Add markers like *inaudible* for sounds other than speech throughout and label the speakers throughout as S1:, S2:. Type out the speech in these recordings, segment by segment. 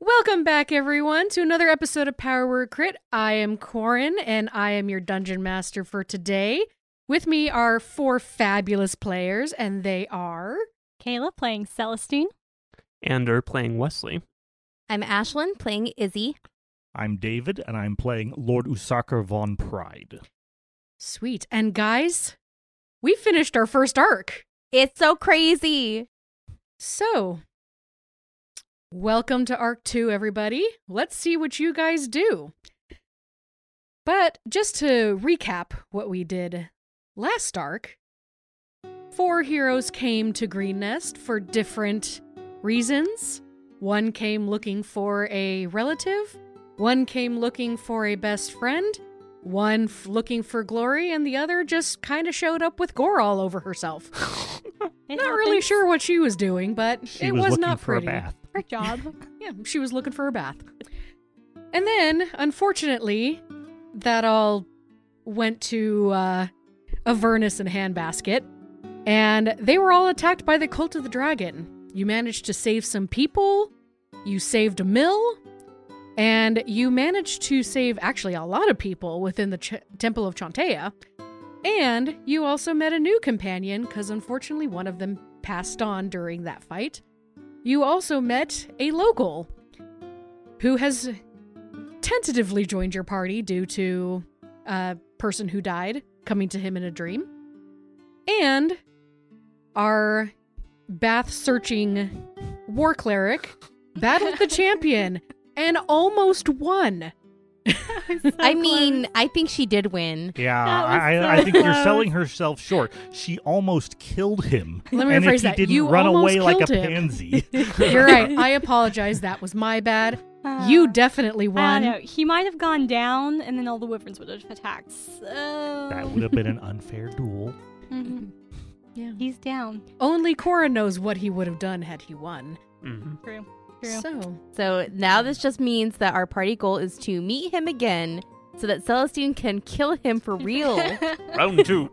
S1: Welcome back, everyone, to another episode of Power Word Crit. I am Corin, and I am your dungeon master for today. With me are four fabulous players, and they are
S2: Kayla playing Celestine.
S3: and are playing Wesley.
S4: I'm Ashlyn playing Izzy.
S5: I'm David, and I'm playing Lord Usaka von Pride.
S1: sweet. And guys, we finished our first arc.
S4: It's so crazy.
S1: So, welcome to Arc 2, everybody. Let's see what you guys do. But just to recap what we did last arc, four heroes came to Green Nest for different reasons. One came looking for a relative, one came looking for a best friend, one f- looking for glory, and the other just kind of showed up with gore all over herself
S2: It
S1: not really
S2: happens.
S1: sure what she was doing, but
S5: She
S1: it
S5: was,
S1: was,
S5: looking
S1: not
S5: for
S1: pretty. *laughs*
S5: a bath.
S4: *laughs*
S2: Her job.
S1: Yeah, she was looking for a bath. And then, unfortunately, that all went to uh, Avernus and Handbasket, and they were all attacked by the Cult of the Dragon. You managed to save some people, you saved a mill, and you managed to save actually a lot of people within the Ch- Temple of Chantea. And you also met a new companion because unfortunately one of them passed on during that fight. You also met a local who has tentatively joined your party due to a person who died coming to him in a dream. And our bath searching war cleric battled the champion and almost won.
S4: I mean, I think she did win.
S5: Yeah,
S2: That was
S5: I,
S2: so
S5: I think you're
S2: close.
S5: selling herself short. She almost killed him.
S1: Let me
S5: and
S1: rephrase
S5: if he
S1: that.
S5: didn't
S1: You
S5: run
S1: almost
S5: away like a
S1: killed him. *laughs*
S5: pansy.
S4: *laughs*
S1: You're right. I apologize. That was my bad.
S2: Ah.
S1: You definitely
S2: Uh, I
S1: won.
S2: don't know. He might have gone down, and then all the wyverns would have attacked. So
S5: that would have been an unfair duel.
S2: Mhm.
S1: Mm-hmm. Yeah.
S2: He's down.
S1: Only Cora knows what he would have done had he won.
S3: Mhm.
S2: True. True.
S1: So,
S4: So now this just means that our party goal is to meet him again so that Celestine can kill him for *laughs* real.
S3: Round two.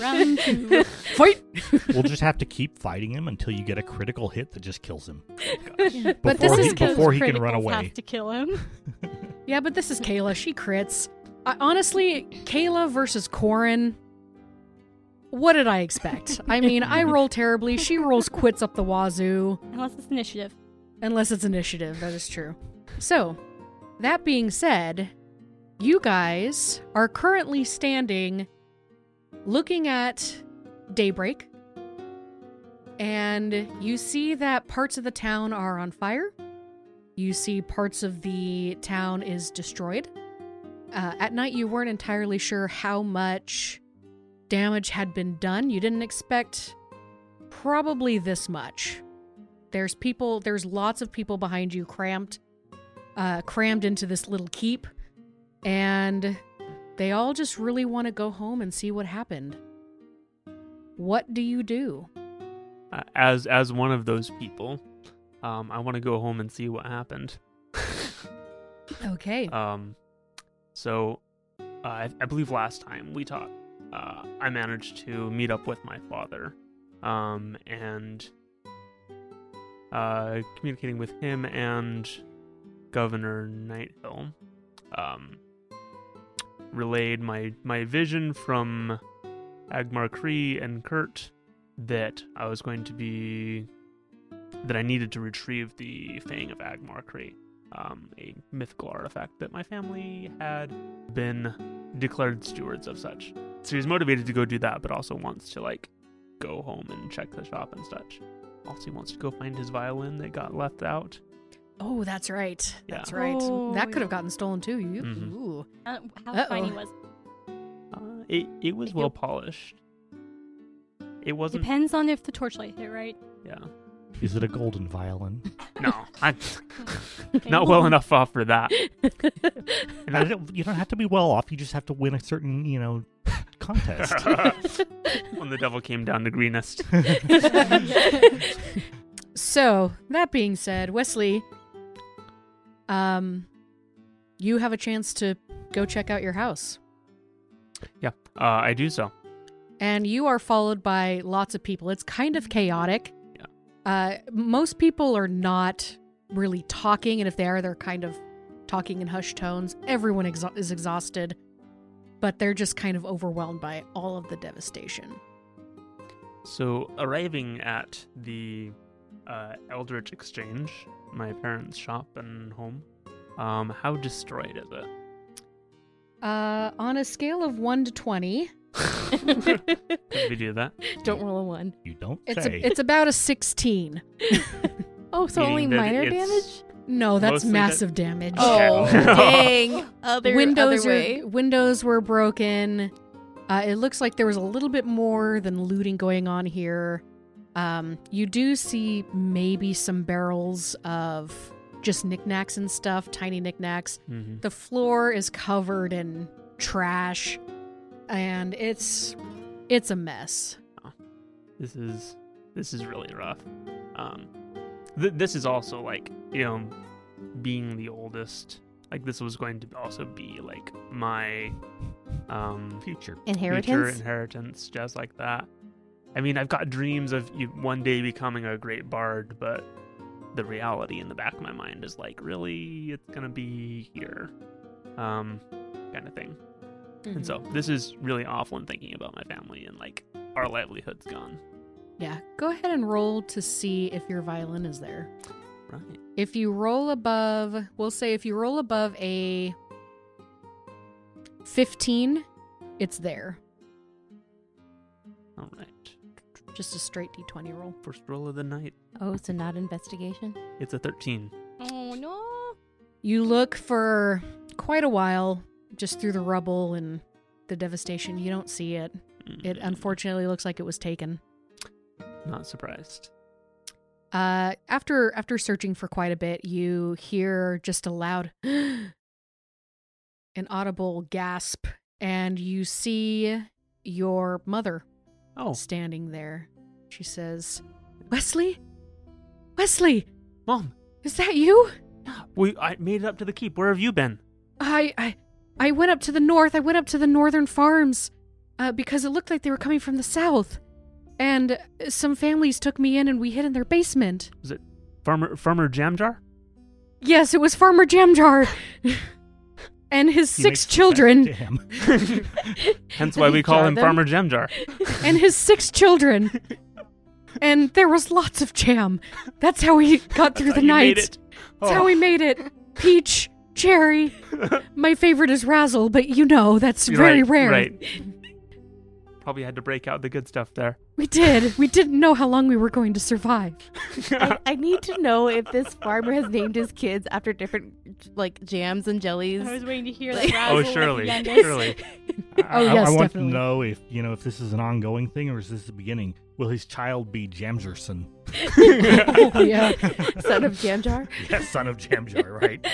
S2: Round two.
S1: fight!
S5: We'll just have to keep fighting him until you get a critical hit that just kills him.
S1: *laughs* But this
S5: Before he-
S1: is Kayla's
S5: before he can
S2: Criticals
S5: run away.
S2: Have to kill him. *laughs*
S1: Yeah, but this is Kayla. She crits. I, honestly, Kayla versus Corin. What did I expect? I mean, I roll terribly. She rolls quits up the wazoo,
S2: Unless it's initiative.
S1: unless it's initiative. That is true. So, that being said, you guys are currently standing looking at daybreak, and you see that parts of the town are on fire. You see parts of the town is destroyed. Uh, at night, you weren't entirely sure how much damage had been done. You didn't expect probably this much. There's people, there's lots of people behind you cramped, uh, crammed into this little keep, and they all just really want to go home and see what happened. What do you do?
S3: *laughs* Uh, as as one of those people, um, I want to go home and see what happened.
S1: Okay.
S3: um, so uh, I, I believe last time we talked, uh, I managed to meet up with my father, um, and uh, communicating with him and Governor Nighthill, um, relayed my my vision from Agmar Cree and Kurt that I was going to be that I needed to retrieve the Fang of Agmar Cree um, a mythical artifact that my family had been declared stewards of such. So he's motivated to go do that, but also wants to like go home and check the shop and such. Also, he wants to go find his violin that got left out.
S1: oh, that's right.
S3: Yeah.
S1: That's right.
S2: Oh,
S1: that could have
S2: yeah.
S1: gotten stolen too. You,
S3: Mhm.
S1: ooh.
S2: I don't- How
S1: Uh-oh.
S2: tiny was?
S5: Mm-hmm.
S3: Uh, it it was
S2: Yep.
S3: well polished. It
S2: It?
S3: wasn't.
S2: Depends on if the torchlight
S5: *laughs*
S2: hit right.
S3: Yeah.
S5: Is it a golden violin?
S3: No, I'm not well enough off for that. *laughs* And
S5: I
S3: I-
S5: don't- you don't have to be well off. You just have to win a certain, you know, contest.
S1: *laughs*
S5: *laughs*
S3: when the devil came down to Greenest.
S1: so that being said, Wesley, um, you have a chance to go check out your house,
S3: Yeah, uh, I do so.
S1: and you are followed by lots of people. It's kind of chaotic.
S3: Yeah.
S1: Uh, most people are not really talking, and if they are, they're kind of talking in hushed tones. Everyone exha is exhausted, but they're just kind of overwhelmed by all of the devastation.
S3: So, arriving at the uh, Eldritch Exchange, my parents' shop and home, um, how destroyed is it?
S1: Uh, on a scale of one to twenty,
S3: Did we do that?
S4: Don't roll a one.
S5: You don't
S1: it's
S5: say.
S1: a, it's about a sixteen.
S4: Oh, so
S3: Meaning
S4: only
S3: that
S4: minor
S3: it's-
S4: damage?
S1: No, that's
S3: Mostly that-
S1: massive damage.
S4: Oh,
S3: Okay. *laughs*
S4: dang. Other,
S1: windows
S4: other way.
S1: Are, windows were broken. Uh, it looks like there was a little bit more than looting going on here. Um, you do see maybe some barrels of just knickknacks and stuff, tiny knickknacks.
S3: hmm
S1: The floor is covered in trash, and it's it's a mess.
S3: This is this is really rough. Um, th- this is also like you know, being the oldest. Like this was going to also be like my um
S5: future.
S3: future
S4: Inheritance?
S3: inheritance, just like that. I mean, I've got dreams of you one day becoming a great bard, but the reality in the back of my mind is like, really, it's gonna be here, um, kind of thing. And so this is really awful in thinking about my family and like our livelihood's gone.
S1: yeah, go ahead and roll to see if your violin is there.
S3: Right.
S1: If you roll above, we'll say if you roll above a 15, it's there.
S3: All right.
S1: Just a straight d20 roll.
S3: First roll of the night.
S4: Oh, so not investigation?
S3: It's a thirteen.
S2: *laughs* Oh no.
S1: You look for quite a while just through the rubble and the devastation. You don't see it. It
S3: Mm,
S1: unfortunately looks like it was taken.
S3: Not surprised.
S1: Uh, after after searching for quite a bit, you hear just a loud, *gasps* an audible gasp, and you see your mother
S3: Oh,
S1: standing there. She says, Wesley? Wesley,
S3: mom,
S1: is that you?
S3: we I made it up to the keep. Where have you been?
S1: I, I, I went up to the north. I went up to the northern farms uh, because it looked like they were coming from the south. And uh, some families took me in and we hid in their basement.
S3: Was it Farmer Farmer Jamjar?
S1: Yes, it was Farmer Jamjar *laughs* and his
S5: He
S1: six
S5: makes that
S3: *laughs*
S1: children.
S5: jam.
S3: Hence why we call
S4: Jar
S3: him
S4: them.
S3: Farmer Jamjar.
S1: And his six
S3: *laughs*
S1: children. And there was lots of jam. That's how we got through the
S3: Oh, You made
S1: night.
S3: it.
S1: That's
S3: Oh.
S1: how we made it. Peach,
S3: *laughs*
S1: cherry. My favorite is razzle, but you know that's
S3: You're
S1: very
S3: right,
S1: rare.
S3: Right. Probably had to break out the good stuff there.
S1: We did. We didn't know how long we were going to survive.
S4: I, I need to know if this farmer has named his kids after different like jams and jellies.
S2: I was waiting to hear
S4: Like-
S2: the razzle
S3: oh,
S2: at the
S3: surely,
S2: end.
S3: surely.
S1: Oh,
S5: I,
S1: yes,
S5: I want
S1: definitely.
S5: to know if you know if this is an ongoing thing or is this the beginning. Will his child be Jamjerson? *laughs*
S1: Oh, *laughs* yeah.
S4: Son of Jamjar.
S5: yes, son of
S1: *laughs*
S5: Jamjar, right?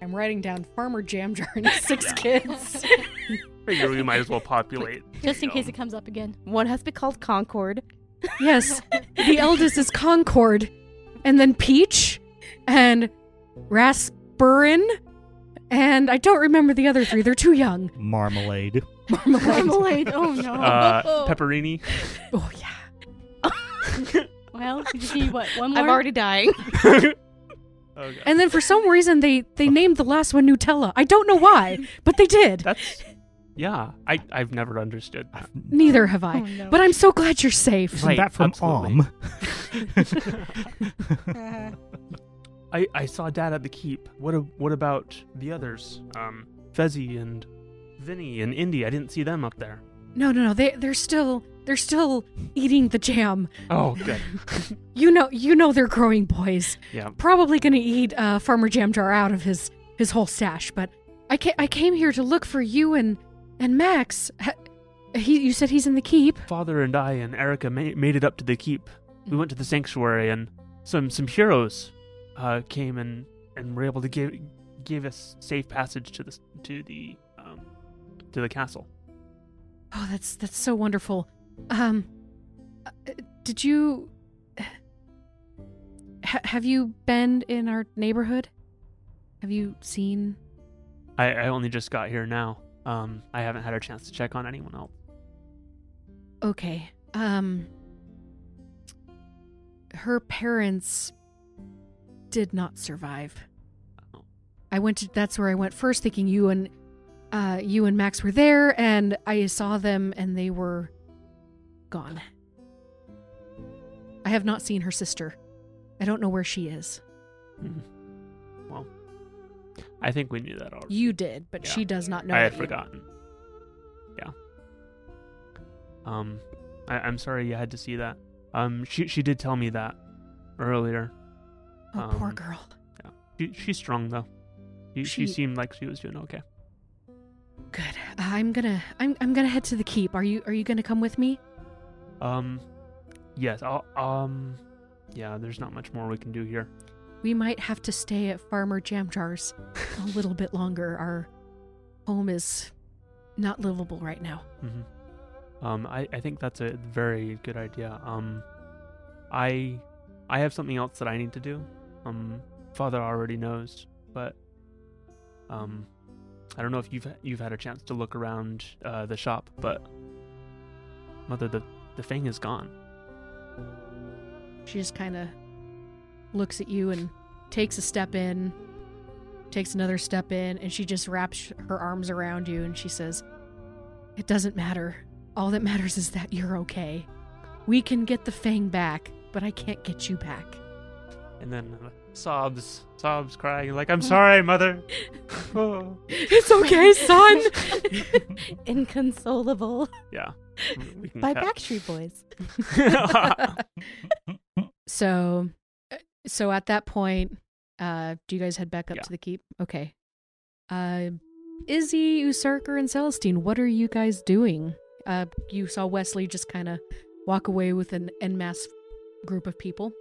S1: I'm writing down Farmer Jamjar and his six
S3: *laughs*
S1: kids.
S3: Figure we might as well populate.
S2: *laughs* Just
S3: you
S2: in
S3: know.
S2: case it comes up again. *laughs*
S4: One has to be called Concord.
S1: yes. The eldest is Concord, and then Peach, and Raspurin, and I don't remember the other three. They're too young.
S5: Marmalade.
S1: *laughs* Marmalade.
S2: Oh no.
S3: Uh,
S2: *laughs*
S3: pepperini.
S1: oh, yeah.
S2: well, you see what? One more.
S4: I'm already dying.
S3: Oh, God.
S1: And then for some reason they they named the last one Nutella. I don't know why, but they did.
S3: That's yeah. I I've never understood that.
S1: Neither have I.
S2: Oh, no.
S1: But I'm so glad you're safe.
S5: Isn't
S3: Right,
S5: that from
S3: absolutely.
S5: Om?
S3: *laughs*
S2: Uh,
S3: I I saw Dad at the keep. What a, what about the others? Um, Fezzi and Vinny and Indy. I didn't see them up there.
S1: No, no, no. They they're still they're still eating the jam.
S3: *laughs* Oh, good.
S1: You know you know they're growing boys.
S3: yeah.
S1: Probably gonna eat uh, Farmer Jam Jar out of his his whole stash. But I ca- I came here to look for you and and Max. Ha- he you said he's in the keep.
S3: Father and I and Erica ma- made it up to the keep. We went to
S1: Mm-hmm.
S3: the sanctuary and some some heroes uh, came and and were able to give give us safe passage to the s- to the um, to the castle.
S1: Oh, that's that's so wonderful. Um, uh, did you ha- have you been in our neighborhood? Have you seen?
S3: I, I only just got here now. Um, I haven't had a chance to check on anyone else.
S1: Okay. Um, her parents did not survive.
S3: Oh.
S1: I went to that's where I went first, thinking you and uh, you and Max were there, and I saw them, and they were gone. I have not seen her sister. I don't know where she is.
S3: Mm-hmm. Well, I think we knew that already.
S1: You did, but she does not know.
S3: I had
S1: that you-
S3: forgotten. Yeah. Um, I, I'm sorry you had to see that. Um, she she did tell me that earlier.
S1: Oh, poor
S3: Um,
S1: girl.
S3: She, she's strong though. She, she
S1: She-
S3: seemed like she was doing okay.
S1: Good. I'm gonna. I'm. I'm gonna head to the keep. Are you? Are you gonna come with me?
S3: Um, yes. I'll, um, yeah. There's not much more we can do here.
S1: We might have to stay at Farmer Jamjar's *laughs* a little bit longer. Our home is not livable right now.
S3: Mm-hmm. Um, I, I think that's a very good idea. Um, I I have something else that I need to do. Um, Father already knows, but um, I don't know if you've you've had a chance to look around uh, the shop, but Mother, the the thing is gone.
S1: She just kind of looks at you and takes a step in, takes another step in, and she just wraps her arms around you and she says, It doesn't matter. All that matters is that you're okay. We can get the fang back, but I can't get you back.
S3: And then uh, sobs, sobs, crying like, "I'm sorry, Mother." *laughs* Oh.
S1: It's *laughs* okay, son.
S4: *laughs* Inconsolable
S3: Yeah. we- we can
S4: by
S3: *laughs* cut.
S4: Backstreet Boys.
S1: so, uh, so at that point, uh, do you guys head back up
S3: Yeah.
S1: to the keep? Okay. Uh, Izzy, Usurker, and Celestine, what are you guys doing? Uh, you saw Wesley just kind of walk away with an en masse group of people.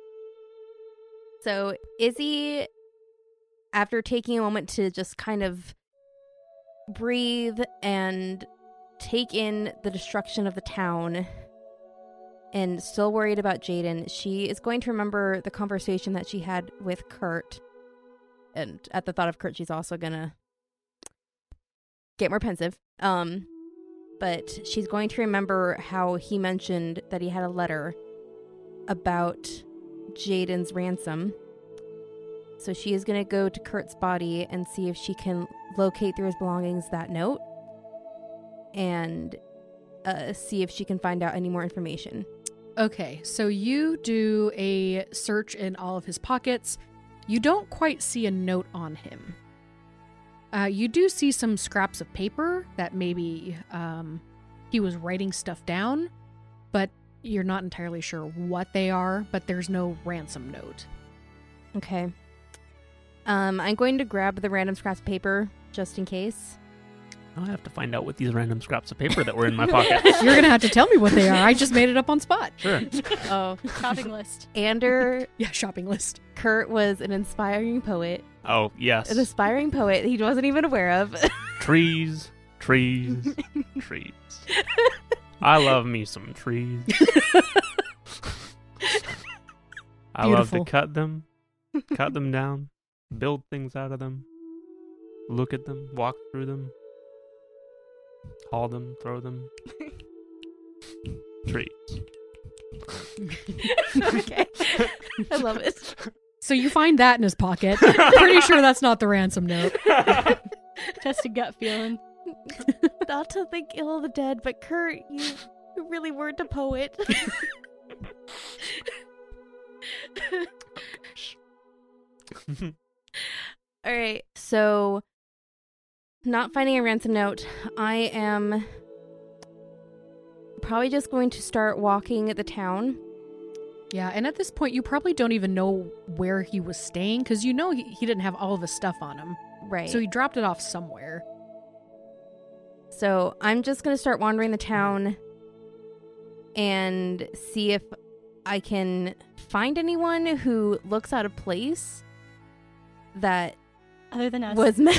S4: So Izzy, after taking a moment to just kind of breathe and take in the destruction of the town, and still worried about Jaden, she is going to remember the conversation that she had with Kurt. And at the thought of Kurt, she's also gonna get more pensive. Um, but she's going to remember how he mentioned that he had a letter about Jaden's ransom. So she is going to go to Kurt's body and see if she can locate through his belongings that note and uh, see if she can find out any more information.
S1: Okay, so you do a search in all of his pockets. You don't quite see a note on him. Uh, you do see some scraps of paper that maybe um, he was writing stuff down, but you're not entirely sure what they are, but there's no ransom note.
S4: Okay. Um, I'm going to grab the random scraps of paper just in case.
S3: Now I have to find out what these random scraps of paper that were in my
S1: *laughs*
S3: pocket.
S1: You're going to have to tell me what they are. I just made it up on spot.
S3: Sure.
S4: Oh.
S2: Shopping list. *laughs*
S4: Ander
S1: Yeah, shopping list.
S4: Kurt was an inspiring poet.
S3: Oh yes.
S4: An aspiring poet he wasn't even aware
S2: *laughs*
S4: of. *laughs*
S3: trees, trees, trees. I love me some trees. I love to
S1: Beautiful.
S4: *laughs*
S3: cut them, cut them down, build things out of them, look at them, walk through them, haul them,
S4: *laughs*
S3: throw them. Trees.
S4: okay. I love it.
S1: So you find that in his pocket. Pretty sure that's not the ransom
S4: *laughs*
S1: note.
S2: Just a gut feeling.
S4: Not to think ill of the dead, but Kurt, you you really weren't a poet. *laughs* All right. So, not finding a ransom note, I am probably just going to start walking the town.
S1: Yeah, and at this point, you probably don't even know where he was staying because you know he, he didn't have all of his stuff on him.
S4: Right.
S1: So
S4: So,
S1: he dropped it off somewhere.
S4: so I'm just going to start wandering the town and see if I can find anyone who looks out of place that
S2: Other than us.
S4: was *laughs* me-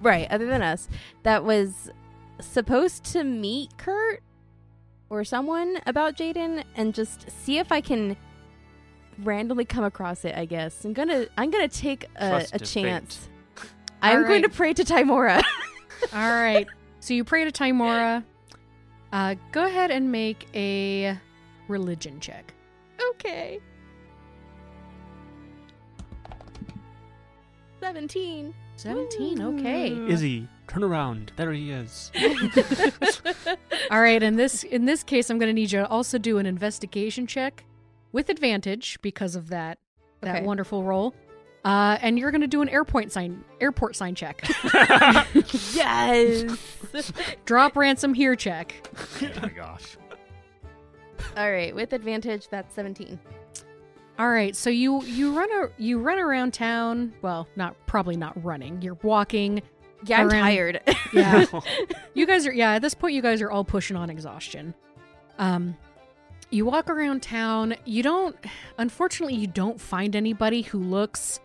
S4: right other than us that was supposed to meet kurt or someone about jaden and just see if i can randomly come across it i guess i'm gonna i'm gonna take a,
S3: Trust
S4: a
S3: to
S4: chance i'm
S1: All
S4: going to
S1: right.
S4: pray to *laughs* timora
S1: *laughs* all right. So you pray to Timora. Uh, go ahead and make a religion check.
S4: okay Seventeen.
S1: 17, okay.
S3: *laughs* Izzy, turn around. There he is.
S1: All right, in this in this case I'm going to need you to also do an investigation check with advantage because of that that
S4: Okay.
S1: wonderful roll. Uh, and you're going to do an airport sign airport sign *laughs* check.
S4: Yes.
S1: Drop ransom here check.
S5: *laughs* Oh my gosh.
S4: *laughs* All right, with advantage, that's seventeen.
S1: All right, so you you run a, you run around town. Well, not probably not running. You're walking.
S4: Yeah, I'm
S1: Around-
S4: tired.
S1: Yeah, you guys are. Yeah, at this point, you guys are all pushing on exhaustion. Um, you walk around town. You don't. Unfortunately, you don't find anybody who looks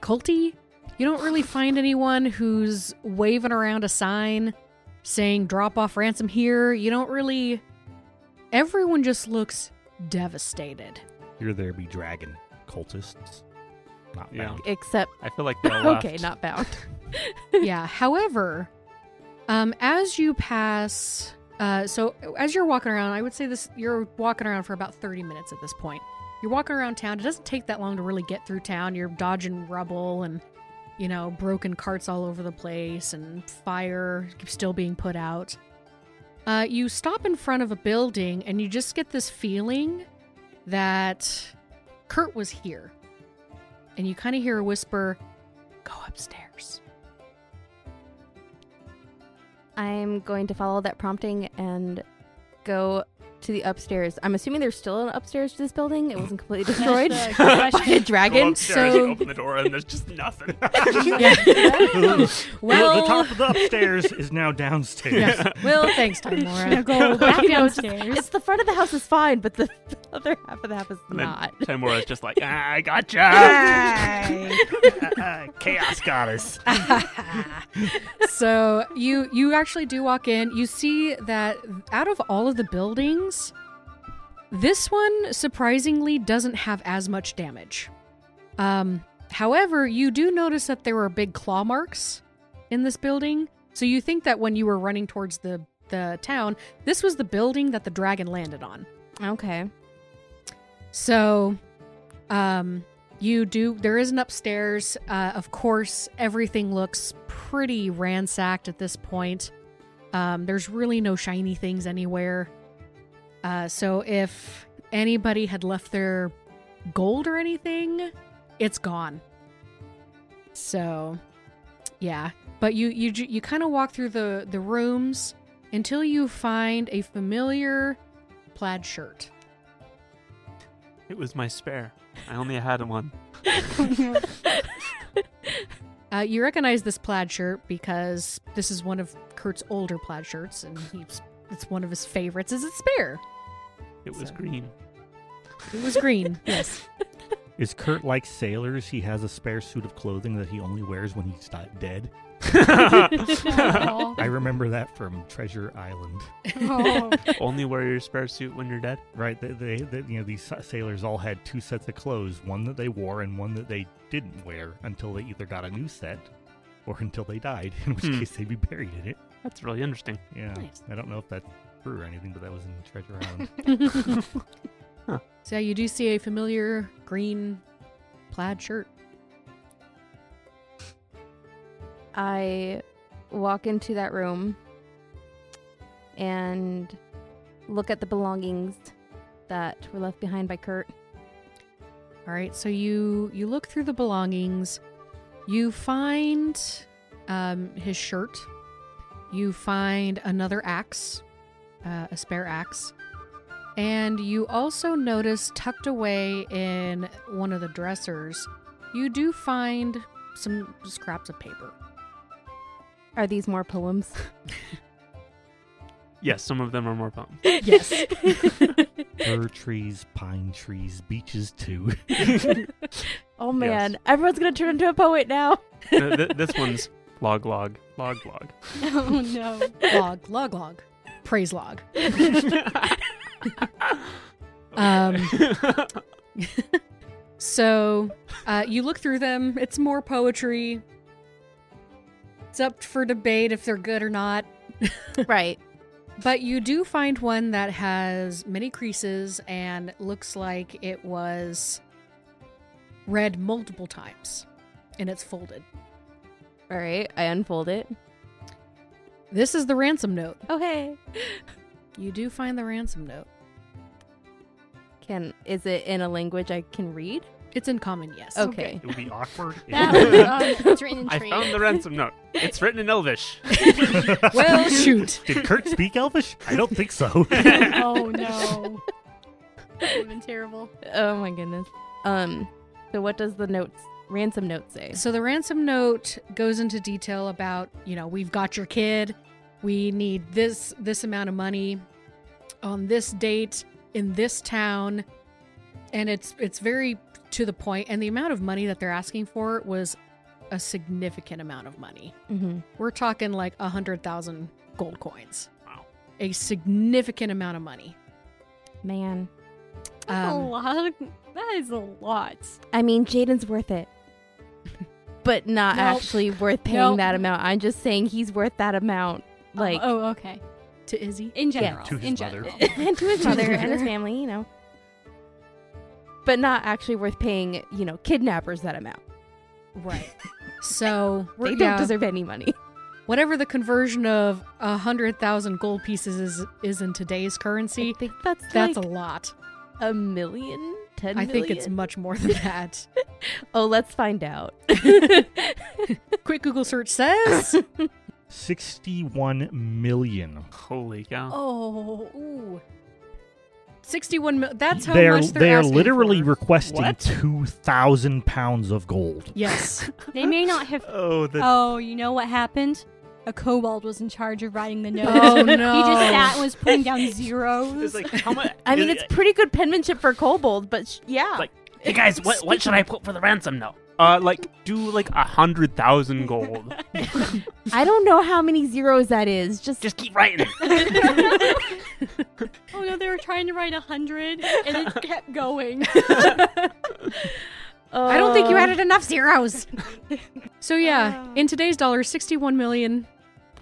S1: culty. You don't really find anyone who's waving around a sign saying "drop off ransom here." You don't really. Everyone just looks devastated.
S5: Here there be dragon cultists. Not
S3: Yeah.
S5: bound.
S4: *laughs* Except,
S3: *laughs* I feel like they all
S4: okay,
S3: left.
S4: not bound.
S1: yeah. However, um, as you pass, uh, so as you're walking around, I would say this: you're walking around for about thirty minutes at this point. You're walking around town. It doesn't take that long to really get through town. You're dodging rubble and you know broken carts all over the place, and fire still being put out. Uh, you stop in front of a building, and you just get this feeling that Kurt was here, and you kind of hear a whisper, "Go upstairs."
S4: I'm going to follow that prompting and go to the upstairs. I'm assuming there's still an upstairs to this building. It wasn't
S3: *laughs*
S4: completely destroyed
S2: That's
S4: *laughs*
S2: the
S4: by a
S2: question.
S3: Go
S4: dragon.
S3: upstairs,
S1: so-
S4: *laughs*
S3: you open the door, and there's just
S5: *laughs*
S3: nothing.
S5: the
S1: Well,
S5: top of the upstairs is now
S1: *laughs*
S5: downstairs. *laughs*
S1: yes. well, thanks, Time *laughs* Laura.
S2: go
S4: back
S2: back
S4: It's
S2: downstairs.
S4: the front of the house is fine, but the *laughs* other half of the house is
S3: And then
S4: not.
S3: Tamora's just like, ah, I gotcha.
S5: *laughs* chaos goddess.
S1: so you you actually do walk in. You see that out of all of the buildings, this one surprisingly doesn't have as much damage. Um, however, you do notice that there are big claw marks in this building. So you think that when you were running towards the the town, this was the building that the dragon landed on.
S4: *laughs* Okay.
S1: So, um, you do. There is an upstairs. Uh, of course, everything looks pretty ransacked at this point. Um, there's really no shiny things anywhere. Uh, so if anybody had left their gold or anything, it's gone. So, yeah. But you you ju- you kind of walk through the the rooms until you find a familiar plaid shirt.
S3: it was my spare. I only had one.
S1: Uh, you recognize this plaid shirt because this is one of Kurt's older plaid shirts, and he's it's one of his favorites. Is it spare?
S3: It was
S1: So-
S3: green.
S1: It was green. yes.
S5: Is Kurt like sailors? He has a spare suit of clothing that he only wears when he's not dead. I remember that from Treasure Island.
S2: Oh.
S3: only wear your spare suit when you're dead.
S5: Right? They, they, they, you know, these sa- sailors all had two sets of clothes, one that they wore and one that they didn't wear until they either got a new set or until they died, *laughs* in which
S3: Hmm.
S5: case they'd be buried in it.
S3: That's really interesting.
S5: Yeah.
S1: Nice.
S5: I don't know if that's true or anything, but that was in Treasure Island.
S1: *laughs* So you do see a familiar green plaid shirt.
S4: I walk into that room and look at the belongings that were left behind by Kurt.
S1: All right, so you you look through the belongings, you find um, his shirt, you find another axe, uh, a spare axe, and you also notice tucked away in one of the dressers, you do find some scraps of paper.
S4: Are these more
S3: *laughs*
S4: poems?
S3: Yes, some of them are more poems.
S4: *laughs*
S1: Yes.
S5: Fir trees, pine trees, beaches too.
S4: Oh man, everyone's gonna turn into a poet now.
S3: Th- th- this one's log log log log.
S2: *laughs* oh
S4: *laughs*
S2: no.
S1: log, log, log, praise log. Um, *laughs* So uh, you look through them. It's more poetry. It's up for debate if they're good or not.
S4: right.
S1: But you do find one that has many creases and looks like it was read multiple times. and it's folded.
S4: All right, I unfold it.
S1: This is the ransom note.
S4: Oh hey,
S1: You do find the ransom note.
S4: can is it in a language I can read?
S1: It's in common, yes.
S4: Okay.
S3: It would be awkward. if-
S2: That
S3: *laughs*
S2: would be *laughs* awkward. It's written in
S3: I
S2: tree.
S3: found the *laughs* ransom note. It's written in Elvish.
S1: Well,
S5: *laughs*
S1: shoot.
S5: Did Kurt speak Elvish? I don't think so.
S2: *laughs* oh
S4: *laughs*
S2: no. That would have been terrible.
S4: Oh my goodness. Um, so what does the notes ransom note say?
S1: So the ransom note goes into detail about, you know, we've got your kid. We need this this amount of money on this date in this town. And it's it's very to the point and the amount of money that they're asking for was a significant amount of money.
S4: Mm-hmm.
S1: We're talking like a 100,000 gold coins.
S3: Wow.
S1: A significant amount of money.
S4: Man,
S2: That's a
S1: Um,
S2: lot. Of, that is a lot.
S4: I mean, Jaden's worth it, *laughs* but not
S2: Nope.
S4: actually worth paying
S2: Nope.
S4: that amount. I'm just saying he's worth that amount, like
S2: oh, oh, okay.
S1: to Izzy.
S2: In general,
S5: to his
S2: in
S5: mother.
S2: general.
S4: and *laughs* *laughs* to his mother and his family, you know. But not actually worth paying, you know, kidnappers that amount.
S1: Right. So
S4: They
S1: we're,
S4: don't
S1: yeah,
S4: deserve any money. *laughs*
S1: whatever the conversion of a hundred thousand gold pieces is is in today's currency,
S4: I think that's
S1: that's
S4: like
S1: a lot.
S4: a, million, ten
S1: I think it's
S4: million?
S1: much more than that. *laughs*
S4: oh, let's find *laughs* out.
S1: Quick Google search
S4: *laughs*
S1: says.
S5: 61 million.
S3: Holy cow.
S1: oh, ooh. Sixty-one. Mil- that's how
S5: they're
S1: much they're
S5: they're
S1: asking
S5: literally
S1: for.
S5: requesting
S3: What?
S5: 2,000 pounds of gold.
S4: *laughs*
S1: yes.
S2: *laughs* They may not have.
S3: Oh, *laughs* the
S2: Oh, you know what happened? A kobold was in charge of
S4: *laughs*
S2: writing the note.
S1: Oh,
S2: He
S1: no.
S2: just sat and was putting down zeros.
S3: It's like how much?
S4: *laughs* I mean, it's pretty good penmanship for kobold, but sh- yeah.
S3: Like- hey guys, what what should I put for the ransom now? Uh, like do like a hundred thousand gold.
S4: I don't know how many zeros that is. Just,
S3: Just keep writing.
S2: oh no, they were trying to write a hundred, and it kept going.
S1: I don't think you
S4: uh,
S1: added enough
S4: *laughs*
S1: zeros. so yeah,
S4: Oh.
S1: in today's dollars, sixty-one million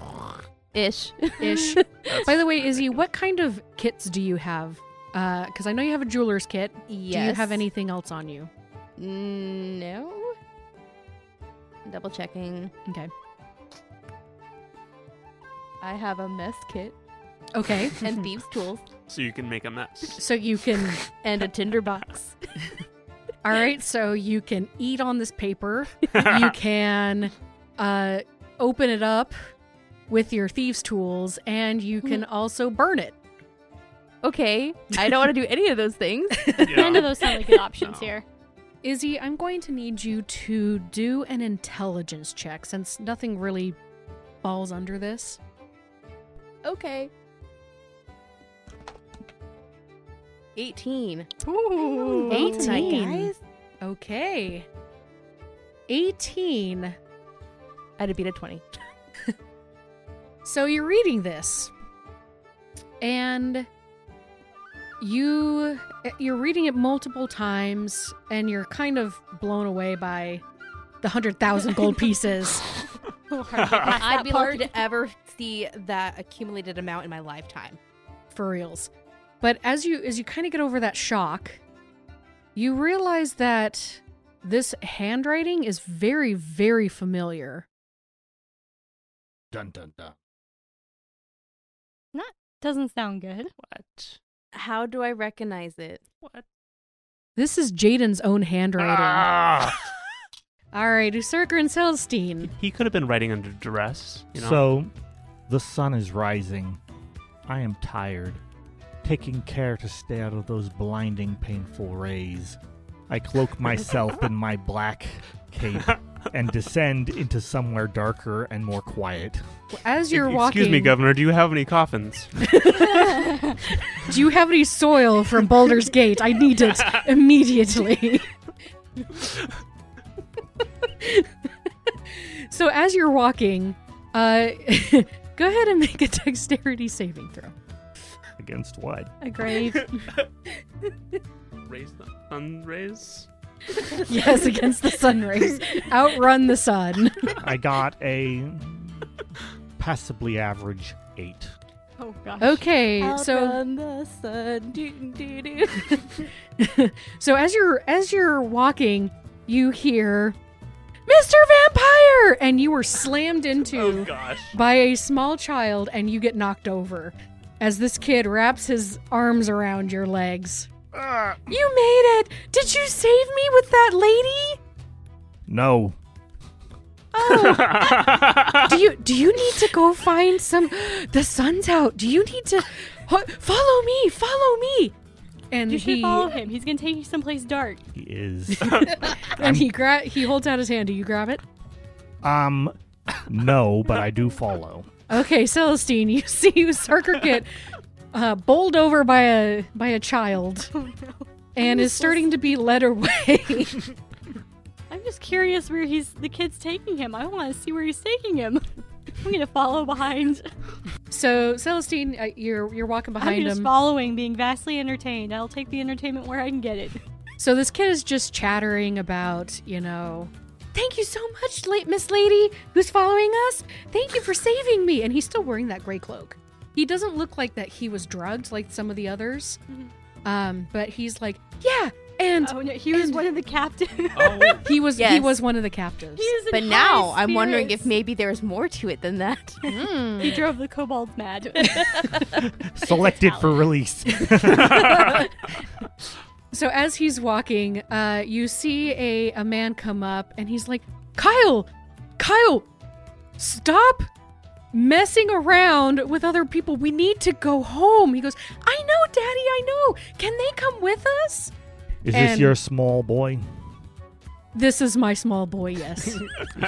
S1: *laughs*
S4: ish.
S1: ish. By the way, Izzy, what kind of kits do you have? Because I know you have a jeweler's kit.
S4: Yes.
S1: Do you have anything else on you?
S4: Mm, No. Double checking.
S1: Okay.
S4: I have a mess kit
S1: Okay.
S4: and thieves tools
S3: so you can make a mess.
S1: So you *laughs* can.
S4: and a tinder box.
S1: All right. So you can eat on this paper. *laughs*
S3: *laughs*
S1: you can uh, open it up with your thieves' tools, and you can also burn it.
S4: *laughs* Okay, I don't want to do any of those things.
S2: None of those sound like good options
S3: No.
S2: here.
S1: Izzy, I'm going to need you to do an intelligence check since nothing really falls under this.
S4: Okay. 18.
S2: Ooh,
S1: Eighteen.
S4: Guys,
S1: Okay. 18.
S4: I'd have beat a 20.
S1: *laughs* So you're reading this, and you eh, you're reading it multiple times, and you're kind of blown away by the hundred thousand gold pieces.
S4: I'd be lucky to ever see that accumulated amount in my lifetime.
S1: for reals. But as you as you kind of get over that shock, you realize that this handwriting is very very familiar.
S5: Dun, dun, dun.
S2: Doesn't sound good.
S3: What?
S4: How do I recognize it?
S3: What?
S1: This is Jaden's own handwriting.
S3: Ah!
S1: *laughs* All right, Usurker and Celestine.
S3: He could have been writing under duress. You know.
S5: So, the sun is rising. I am tired, taking care to stay out of those blinding, painful rays.
S1: *laughs*
S5: I cloak myself in my black cape and descend into somewhere darker and more quiet.
S1: As you're
S3: Excuse
S1: walking,
S3: me, Governor. Do you have any coffins?
S1: Do you have any soil from Baldur's Gate? I need it immediately. so as you're walking, uh, *laughs* go ahead and make a dexterity saving throw.
S5: Against what?
S2: A grave.
S3: raise the sun rays.
S1: Yes, against the sun rays. Outrun the sun.
S5: I got
S1: *laughs*
S5: a passably average eight.
S2: oh gosh.
S1: Okay, so
S4: Outrun the sun. Doo, doo, *laughs* doo.
S1: so as you're as you're walking, you hear Mr. Vampire! And you were slammed into
S3: Oh gosh.
S1: by a small child and you get knocked over as this kid wraps his arms around your legs. You made it! Did you save me with that lady?
S5: No.
S1: Oh, do you do you need to go find some? The sun's out. Do you need to Ho- follow me? Follow me! And
S2: You should
S1: he
S2: follow him. He's gonna take you someplace dark.
S1: *laughs*
S5: He is.
S1: and he gra- he holds out his hand. Do you grab it?
S5: um, no, but I
S1: *laughs*
S5: do follow.
S1: Okay, Celestine, you *laughs* see Sarker get uh, bowled over by a by a child, and is starting to be led away.
S2: I'm just curious where he's the kid's taking him. I want to see where he's taking him. *laughs* I'm gonna follow behind.
S1: so Celestine, uh, you're you're walking
S2: I'm
S1: behind
S2: just
S1: him.
S2: following, being vastly entertained. I'll take the entertainment where I can get it.
S1: so this kid is just chattering about you know. Thank you so much, late Miss Lady, who's following us. Thank you for saving me. And he's still wearing that gray cloak. He doesn't look like that he was drugged like some of the others.
S2: Mm-hmm.
S1: Um, but he's like, yeah, and
S2: Oh no, he was
S1: and-
S2: one of the captains.
S3: oh,
S1: *laughs* he was he
S4: Yes.
S1: was one of the captives.
S2: *laughs* He is in
S4: But
S2: high
S4: now I'm wondering if
S2: spirits.
S4: maybe there's more to it than *laughs* that.
S1: Mm.
S2: he drove the kobolds mad.
S5: Selected for release.
S1: So as he's walking, uh, you see a, a man come up and he's like, Kyle, Kyle, stop messing around with other people. We need to go home. He goes, I know, Daddy, I know. Can they come with us?
S5: Is this
S1: And-
S5: your small boy?
S1: This is my small boy,
S5: *laughs*
S1: yes.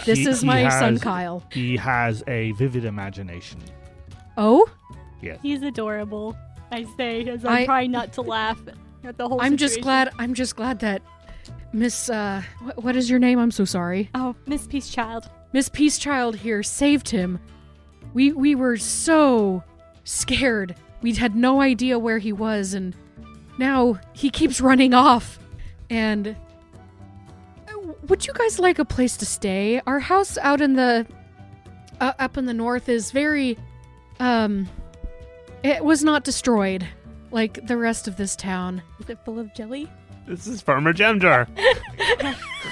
S1: this
S5: He-
S1: is
S5: he
S1: my son,
S5: has-
S1: Kyle.
S5: He has a vivid imagination.
S1: Oh,
S5: Yes.
S2: He's adorable. I say as I'm
S1: I-
S2: trying not to laugh at the whole.
S1: I'm just
S2: situation.
S1: glad, I'm just glad that Miss, uh, wh- what is your name? I'm so sorry.
S2: Oh, Miss Peacechild.
S1: Miss Peacechild here saved him. We we were so scared. We had no idea where he was and now he keeps running off. And Uh, would you guys like a place to stay? Our house out in the uh, up in the north is very um it was not destroyed like the rest of this town.
S2: Is it full of jelly?
S4: *laughs*
S3: this is Farmer Jam Jar.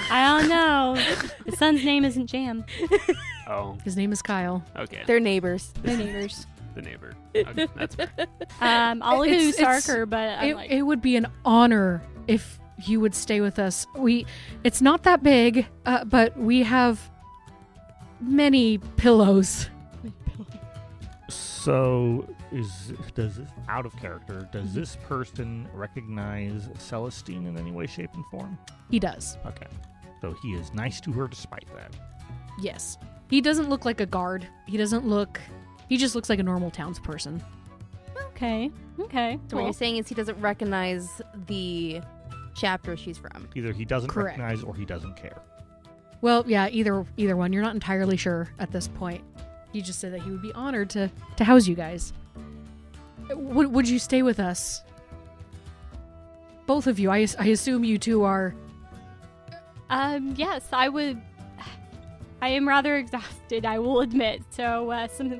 S2: I don't know. The son's name isn't Jam.
S3: *laughs* Oh,
S1: His name is Kyle.
S3: okay.
S4: *laughs* They're neighbors.
S2: They're neighbors.
S3: The neighbor. Okay, that's fair.
S2: Um, I'll look
S1: It's-
S2: at
S1: it's-
S2: Sarker, but I'm
S1: it,
S2: like,
S1: it would be an honor if you would stay with us. We, it's not that big, uh, but we have many pillows.
S5: So is does this out of character? Does this person recognize Celestine in any way, shape, and form?
S1: He does.
S5: Okay. So he is nice to her despite that.
S1: Yes. He doesn't look like a guard. He doesn't look. He just looks like a normal townsperson.
S2: okay,
S4: *laughs*
S2: okay.
S4: So what
S2: cool.
S4: you're saying is he doesn't recognize the chapter she's from.
S5: Either he doesn't
S1: Correct.
S5: recognize or he doesn't care.
S1: Well, yeah, either either one. You're not entirely sure at this point. He just said that he would be honored to to house you guys. Would would you stay with us? Both of you. I, I assume you two are.
S2: Um, yes, I would. *sighs* I am rather exhausted, I will admit. So, uh, some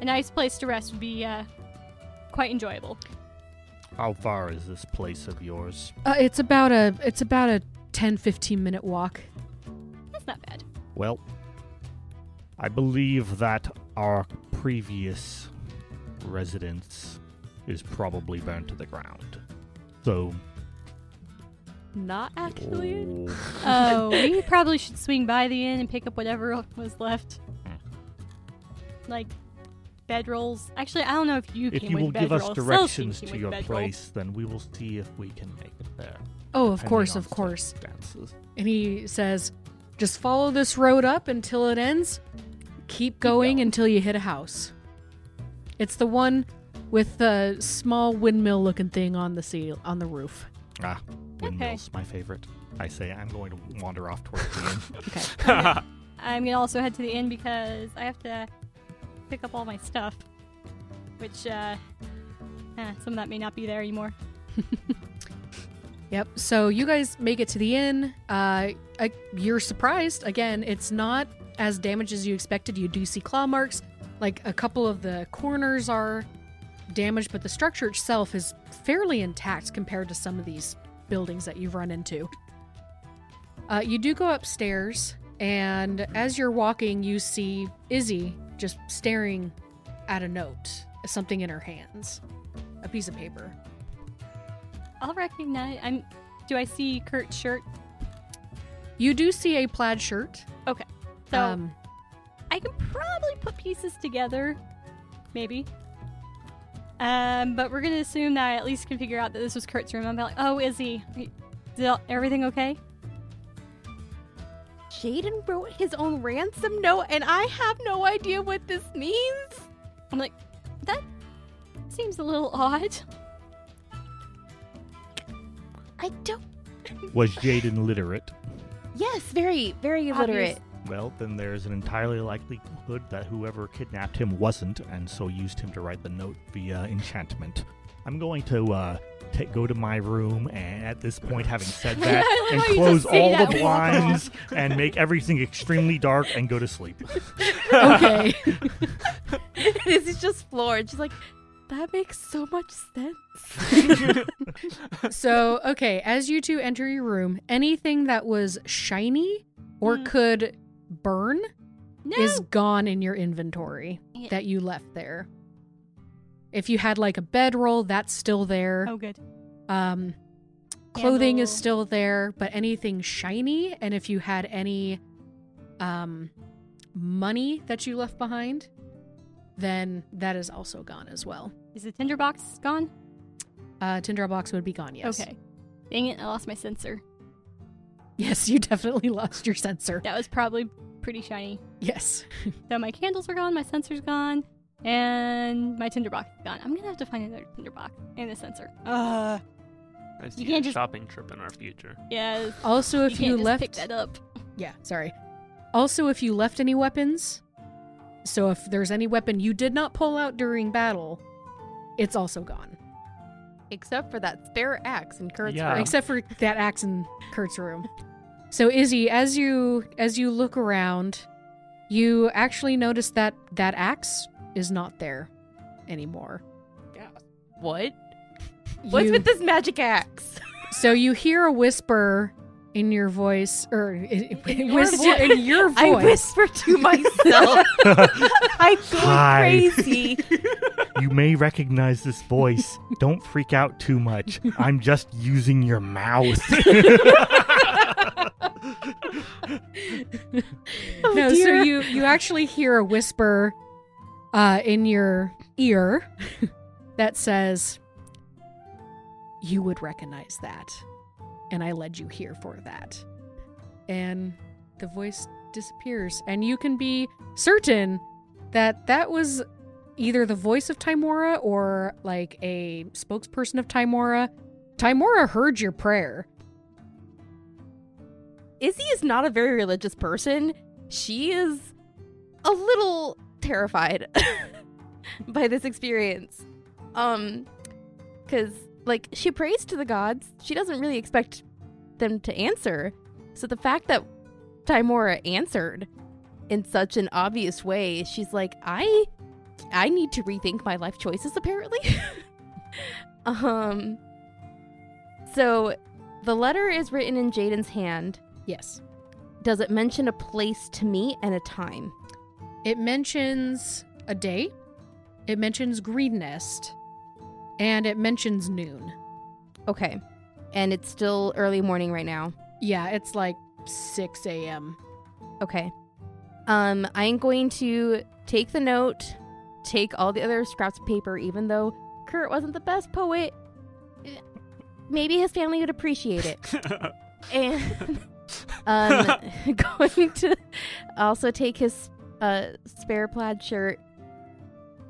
S2: a nice place to rest would be uh, quite enjoyable.
S5: How far is this place of yours?
S1: Uh, it's about a it's about a 10 15 minute walk.
S2: That's not bad.
S5: Well, I believe that our previous residence is probably burned to the ground. So
S4: Not actually.
S2: Oh,
S5: *laughs*
S2: we probably should swing by the inn and pick up whatever was left,
S5: Hmm.
S2: like bedrolls. Actually, I don't know if *laughs* you
S5: if
S2: came
S5: you
S2: with
S5: will give us
S2: bedrolls.
S5: directions
S2: Celestine came
S5: to
S2: with
S5: your
S2: bedrolls.
S5: place, then we will see if we can make it there.
S1: Oh, of
S5: depending
S1: course,
S5: on
S1: of course.
S5: circumstances.
S1: And he says, "Just follow this road up until it ends. Keep going
S5: going.
S1: until you hit a house." It's the one with the small windmill looking thing on the seal on the roof.
S5: Ah, windmills, my favorite. I say I'm going to wander off towards the inn. *laughs*
S1: Okay.
S2: I'm gonna also head to the inn because I have to pick up all my stuff, which uh, eh, some of that may not be there anymore.
S1: Yep. So you guys make it to the inn. Uh, I, you're surprised. Again, it's not as damaged as you expected. You do see claw marks. Like a couple of the corners are damaged, but the structure itself is fairly intact compared to some of these buildings that you've run into. Uh, you do go upstairs, And as you're walking, you see Izzy just staring at a note, something in her hands, a piece of paper.
S2: I'll recognize. I'm. Do I see Kurt's shirt?
S1: You do see a plaid shirt.
S2: So
S1: Um,
S2: I can probably put pieces together, maybe. Um, but we're gonna assume that I at least can figure out that this was Kurt's room. I'm like, oh, Izzy, y- is it- everything okay?
S4: Jaden wrote his own ransom note, and I have no idea what this means.
S2: I'm like, that seems a little odd.
S4: I don't.
S5: Was Jaden literate?
S4: Yes, very, very illiterate.
S5: Well, then there's an entirely likelihood that whoever kidnapped him wasn't, and so used him to write the note via enchantment. I'm going to uh, ta- go to my room, and at this point, having said that,
S2: *laughs* I
S5: and
S2: love how you
S5: close
S2: just say
S5: all the
S2: that, walk off.
S5: blinds and make everything extremely dark and go to
S2: *laughs*
S5: sleep.
S1: okay.
S4: *laughs* this is just floored. She's like, that makes so much sense.
S1: so, okay, as you two enter your room, anything that was shiny or
S2: Hmm.
S1: could burn
S2: No,
S1: is gone in your inventory
S2: Yeah.
S1: that you left there. If you had like a bedroll, that's still there.
S2: oh, good.
S1: Um, clothing is
S2: Candle.
S1: still there, but anything shiny, and if you had any um, money that you left behind, then that is also gone as well.
S2: Is the tinderbox gone?
S1: Uh, Tinderbox would be gone, yes.
S2: Okay. Dang it, I lost my sensor.
S1: Yes, you definitely lost your sensor.
S2: That was probably pretty shiny.
S1: Yes.
S2: So my candles are gone, my sensor's gone, and my tinderbox is gone. I'm gonna have to find another tinderbox and a sensor. Uh,
S3: I see a
S2: can't just-
S3: shopping trip in our future.
S2: yes.
S1: Also, if you,
S2: can't just pick
S1: left.
S2: that up.
S1: Yeah, sorry. Also, if you left any weapons, so if there's any weapon you did not pull out during battle, it's also gone.
S4: Except for that spare axe in Kurt's
S3: Yeah.
S4: room.
S1: except for that axe in Kurt's room. So Izzy, as you as you look around, you actually notice that that axe is not there anymore.
S4: *laughs* What? What's
S1: You-
S4: with this magic *laughs* axe?
S1: so you hear a whisper in your voice, or *laughs* in,
S4: your
S1: whisper
S4: voice.
S1: in your voice.
S4: I whisper
S2: *laughs*
S4: to myself. I go
S5: *laughs* Hi.
S4: crazy.
S5: you may recognize this voice. Don't freak out too much. I'm just using your
S2: *laughs*
S5: mouth. *laughs*
S4: Oh,
S1: no, so
S4: dear.
S1: you you actually hear a whisper uh, in your ear *laughs* that says, "You would recognize that, and I led you here for that." And the voice disappears, and you can be certain that that was either the voice of Timora or like a spokesperson of Timora. Timora heard your prayer.
S4: Izzy is not a very religious person. She is a little terrified *laughs* by this experience. Um cuz like she prays to the gods. She doesn't really expect them to answer. So the fact that Timora answered in such an obvious way, she's like, "I I need to rethink my life choices apparently." *laughs* um so the letter is written in Jaden's hand.
S1: Yes.
S4: Does it mention a place to meet and a time?
S1: It mentions a day, it mentions Green Nest, and it mentions noon.
S4: Okay. And it's still early morning right now.
S1: Yeah, it's like 6 a.m.
S4: Okay. Um, I am going to take the note, take all the other scraps of paper, even though Kurt wasn't the best poet. Maybe his family would appreciate
S3: *laughs*
S4: it. And um, *laughs* going to also take his uh, spare plaid shirt.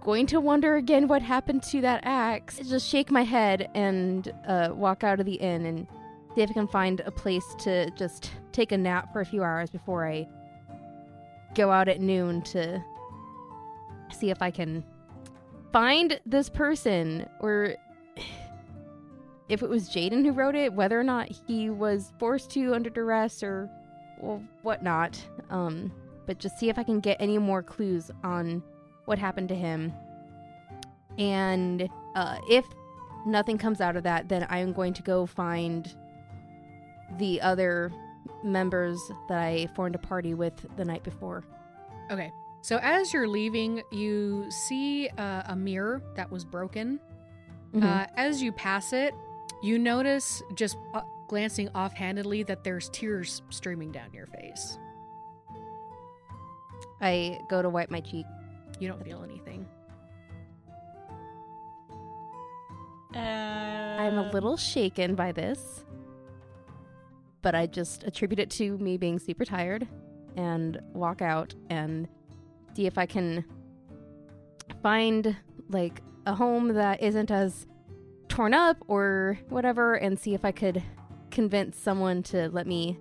S4: Going to wonder again what happened to that axe. Just shake my head and uh, walk out of the inn and see if I can find a place to just take a nap for a few hours before I go out at noon to see if I can find this person or if it was Jaden who wrote it, whether or not he was forced to under duress or well, whatnot. Um, but just see if I can get any more clues on what happened to him. And uh, if nothing comes out of that, then I am going to go find the other members that I formed a party with the night before.
S1: Okay. So as you're leaving, you see uh, a mirror that was broken. Uh, as you pass it, you notice just uh, glancing offhandedly that there's tears streaming down your face.
S4: I go to wipe my cheek.
S1: You don't feel anything.
S2: Uh,
S4: I'm a little shaken by this, but I just attribute it to me being super tired and walk out and see if I can find like a home that isn't as torn up or whatever and see if I could convince someone to let me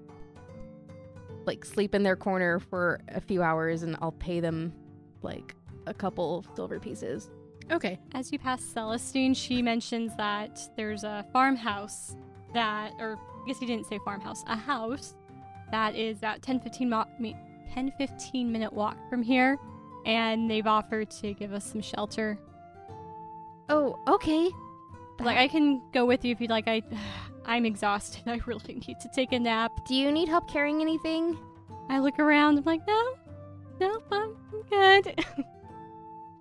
S4: like sleep in their corner for a few hours and I'll pay them like a couple silver pieces.
S1: Okay.
S2: As you pass Celestine, she mentions that there's a farmhouse that, or I guess you didn't say farmhouse, a house that is about 10 15, mo- me- 10, 15 minute walk from here, and they've offered to give us some shelter.
S4: Oh, okay.
S2: Like, I can go with you if you'd like. I, *sighs* I'm exhausted. *laughs* I really need to take a nap.
S4: Do you need help carrying anything?
S2: I look around. I'm like, no, no, I'm good.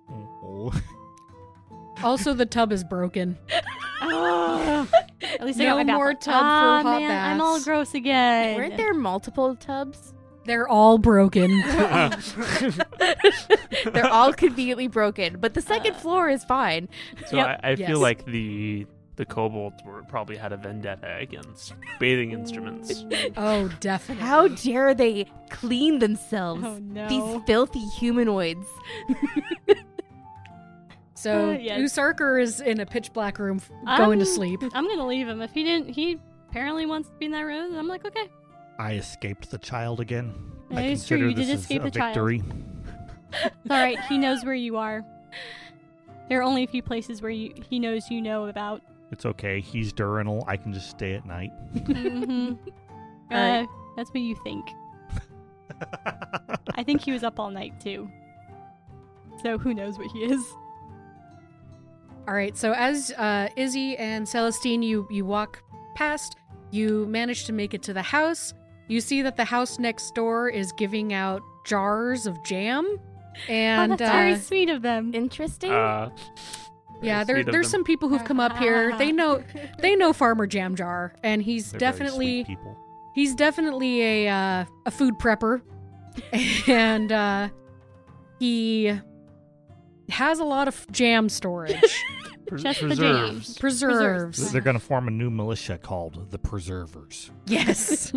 S5: Oh.
S1: Also, the tub is broken.
S2: At least
S1: No
S2: I got my bath
S1: more
S2: water.
S1: tub for
S2: Ah,
S1: hot
S2: man, I'm all
S1: baths.
S2: gross again.
S4: Weren't there multiple
S2: *laughs*
S4: tubs?
S1: They're all broken. *laughs*
S4: *laughs* They're all conveniently broken, but the second
S2: Uh,
S4: floor is fine.
S3: So
S2: Yep.
S3: I, I
S1: Yes.
S3: feel like the the kobolds were probably had a vendetta against bathing instruments.
S1: oh, definitely.
S4: How dare they clean themselves?
S2: *laughs* Oh no.
S4: These filthy humanoids.
S1: So
S2: Uh, *laughs* yes. Ah.
S1: Usarker is in a pitch black room f- going to
S2: I'm-
S1: sleep.
S2: I'm gonna leave him. If he didn't, he apparently wants to be in that room. and I'm like, *laughs* okay.
S5: I escaped the child again.
S2: That
S5: I
S2: is true,
S5: consider
S2: you did
S5: this as
S2: escape
S5: a
S2: the child.
S5: victory.
S2: It's all right. He knows where you are. There are only a few places where you, he knows you know about.
S5: It's okay. He's diurnal. I can just stay at night.
S2: *laughs* hmm uh,
S1: right.
S2: that's what you think. I think he was up all night too. So who knows what he is?
S1: All right. So as uh, Izzy and Celestine, you you walk past. You manage to make it to the house. You see that the house next door is giving out jars of jam, and
S2: *laughs* oh, that's
S1: uh,
S2: very sweet of them.
S4: *laughs* Interesting.
S3: Uh,
S1: yeah, there,
S3: very sweet of
S1: there's
S3: them.
S1: some people who've come up here. They
S2: *laughs*
S1: know they know Farmer Jam Jar, and he's
S5: They're very sweet
S1: definitely
S5: people.
S1: he's definitely a uh, a food prepper, *laughs* and uh, he has a lot of jam
S2: *laughs*
S1: storage,
S3: Pre-
S2: Just the
S3: preserves.
S1: preserves.
S5: They're going to form a new militia called the Preservers. *laughs*
S2: *laughs*
S1: Yes.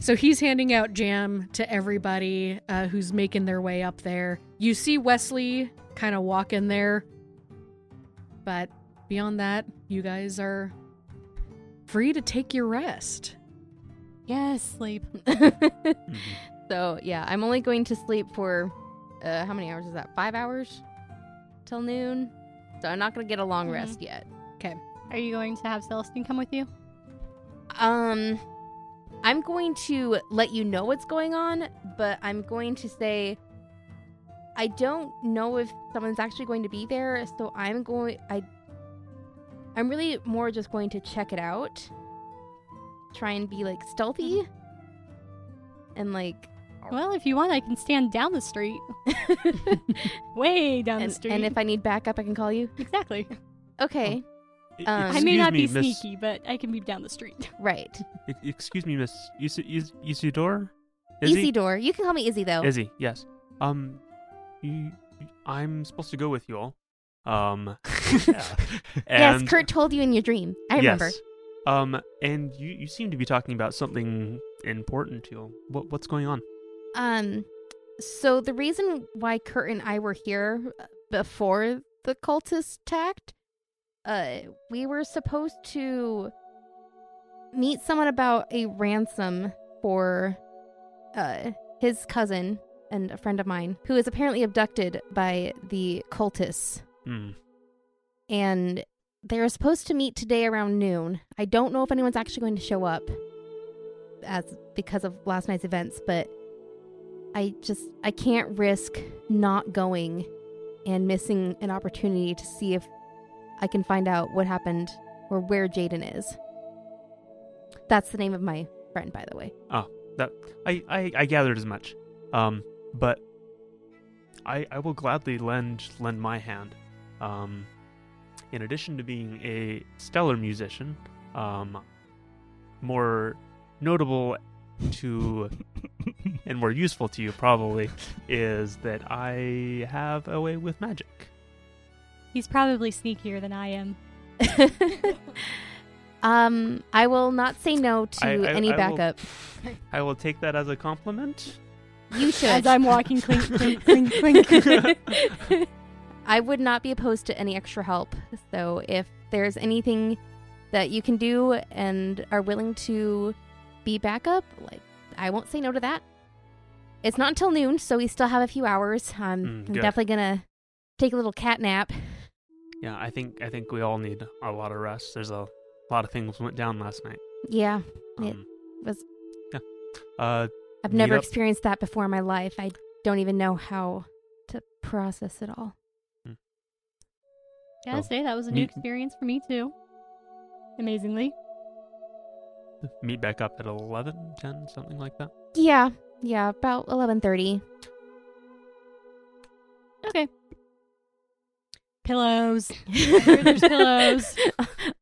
S1: so he's handing out jam to everybody uh, who's making their way up there. You see Wesley kind of walk in there, but beyond that, you guys are free to take your rest.
S2: yes, sleep.
S3: Mhm.
S4: *laughs* so, yeah, I'm only going to sleep for uh, how many hours is that? Five hours till noon. So, I'm not going to get a long
S2: Mhm.
S4: rest yet.
S2: Are you going to have Celestine come with you?
S4: Um, I'm going to let you know what's going on, but I'm going to say I don't know if someone's actually going to be there, so I'm going. I I'm really more just going to check it out, try and be like stealthy, and *laughs* like
S2: Well, if you want, I can stand down the street, *laughs* way down the
S4: and,
S2: street.
S4: and if I need backup, I can call you.
S2: *laughs* exactly,
S4: Okay,
S3: E-
S4: Um,
S2: I may
S3: excuse
S2: not
S3: me,
S2: be
S3: Miss-
S2: sneaky, but I can be down the street. *laughs*
S4: right.
S3: e- Excuse me, Miss Is- Is- Isidore. Izzy?
S4: Isidore, you can call me Izzy though.
S3: Izzy, yes. Um, you, I'm supposed to go with you all. Um,
S4: *laughs* yes,
S3: and-
S4: Kurt told you in your dream. I remember.
S3: Yes. Um, and you, you seem to be talking about something important to you. What, what's going on?
S4: Um, so the reason why Kurt and I were here uh, before the cultist attacked, uh, we were supposed to meet someone about a ransom for, uh, his cousin and a friend of mine who is apparently abducted by the cultists,
S3: Hmm.
S4: and they were supposed to meet today around noon. I don't know if anyone's actually going to show up, as because of last night's events, but I just I can't risk not going and missing an opportunity to see if I can find out what happened or where Jaden is. That's the name of my friend, by the
S3: *laughs*
S4: way. *laughs*
S3: I, I, I gathered as much. Um, but I, I will gladly lend lend my hand. Um, in addition to being a stellar musician, um, more notable to and more useful to you probably is that I have a way with magic.
S2: He's probably sneakier than I am.
S4: um, I will not say no to
S3: I- I-
S4: any
S3: I will-
S4: backup.
S3: I will take that as a compliment. *laughs*
S4: You should.
S2: As I'm walking, clink, clink, clink, *laughs* clink.
S4: I would not be opposed to any extra help. So if there's anything that you can do and are willing to be backup, like I won't say no to that. It's not until noon, so we still have a few hours. I'm
S3: Mm, good.
S4: definitely gonna take a little cat nap.
S3: Yeah, I think I think we all need a lot of rest. There's a lot of things went down last night.
S4: Yeah, It
S3: Um,
S4: was-
S3: yeah. Uh,
S4: I've
S3: Meet
S4: never
S3: up.
S4: experienced that before in my life. I don't even know how to process it all.
S2: Gotta
S3: Oh.
S2: say, that was a new
S3: Neat.
S2: experience for me, too. Amazingly.
S3: meet back up at 11, 10, something like that.
S4: Yeah, yeah, about eleven thirty.
S2: Okay. Pillows.
S4: *laughs*
S2: There's pillows.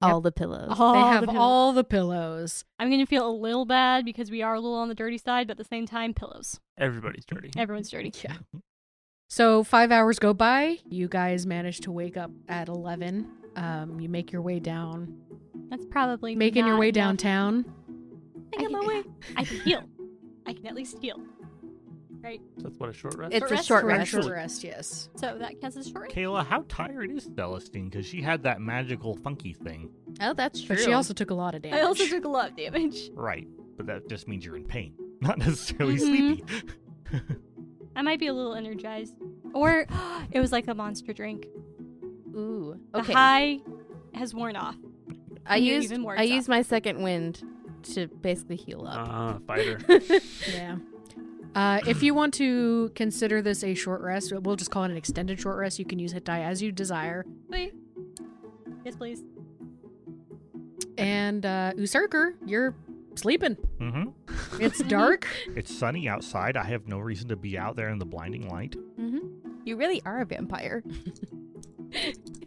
S4: all the pillows.
S2: All
S1: they
S2: the
S1: have
S2: pillows.
S1: all the pillows.
S2: I'm gonna feel a little bad because we are a little on the dirty side, but at the same time, pillows.
S3: Everybody's dirty.
S2: Everyone's dirty. *laughs*
S1: Yeah. *laughs* So five hours go by. You guys manage to wake up at eleven. Um, you make your way down,
S2: That's probably
S1: making your
S2: not
S1: way
S2: enough.
S1: downtown.
S2: I got my way. I can heal. I can at least heal.
S3: That's what a short rest.
S4: It's
S2: Short
S4: a
S2: rest?
S4: short
S1: Correct,
S4: rest.
S1: Short rest, yes.
S2: So that counts as short.
S5: Kayla, how tired is Celestine? Because she had that magical funky thing.
S4: Oh, that's
S1: But she also took a lot of damage.
S2: I also took a lot of damage.
S5: Right. But that just means you're in pain. *laughs* Not necessarily
S2: Mhm.
S5: sleepy.
S2: I might be a little energized, or *gasps* it was like a monster drink.
S4: Ooh.
S2: The
S4: Okay.
S2: high has worn off.
S4: I
S2: you
S4: used
S2: even worse
S4: I
S2: off.
S4: used my second wind to basically heal up.
S3: Ah,
S4: *laughs*
S3: fighter.
S1: Yeah. Uh, if you want to consider this a short rest, we'll just call it an extended short rest. You can use hit die as you desire.
S2: Wait. Yes, please.
S1: And uh, Usurker, you're sleeping.
S5: hmm
S2: *laughs*
S1: It's dark.
S5: It's sunny outside. I have no reason to be out there in the blinding light.
S2: Mm-hmm.
S4: you really are a vampire.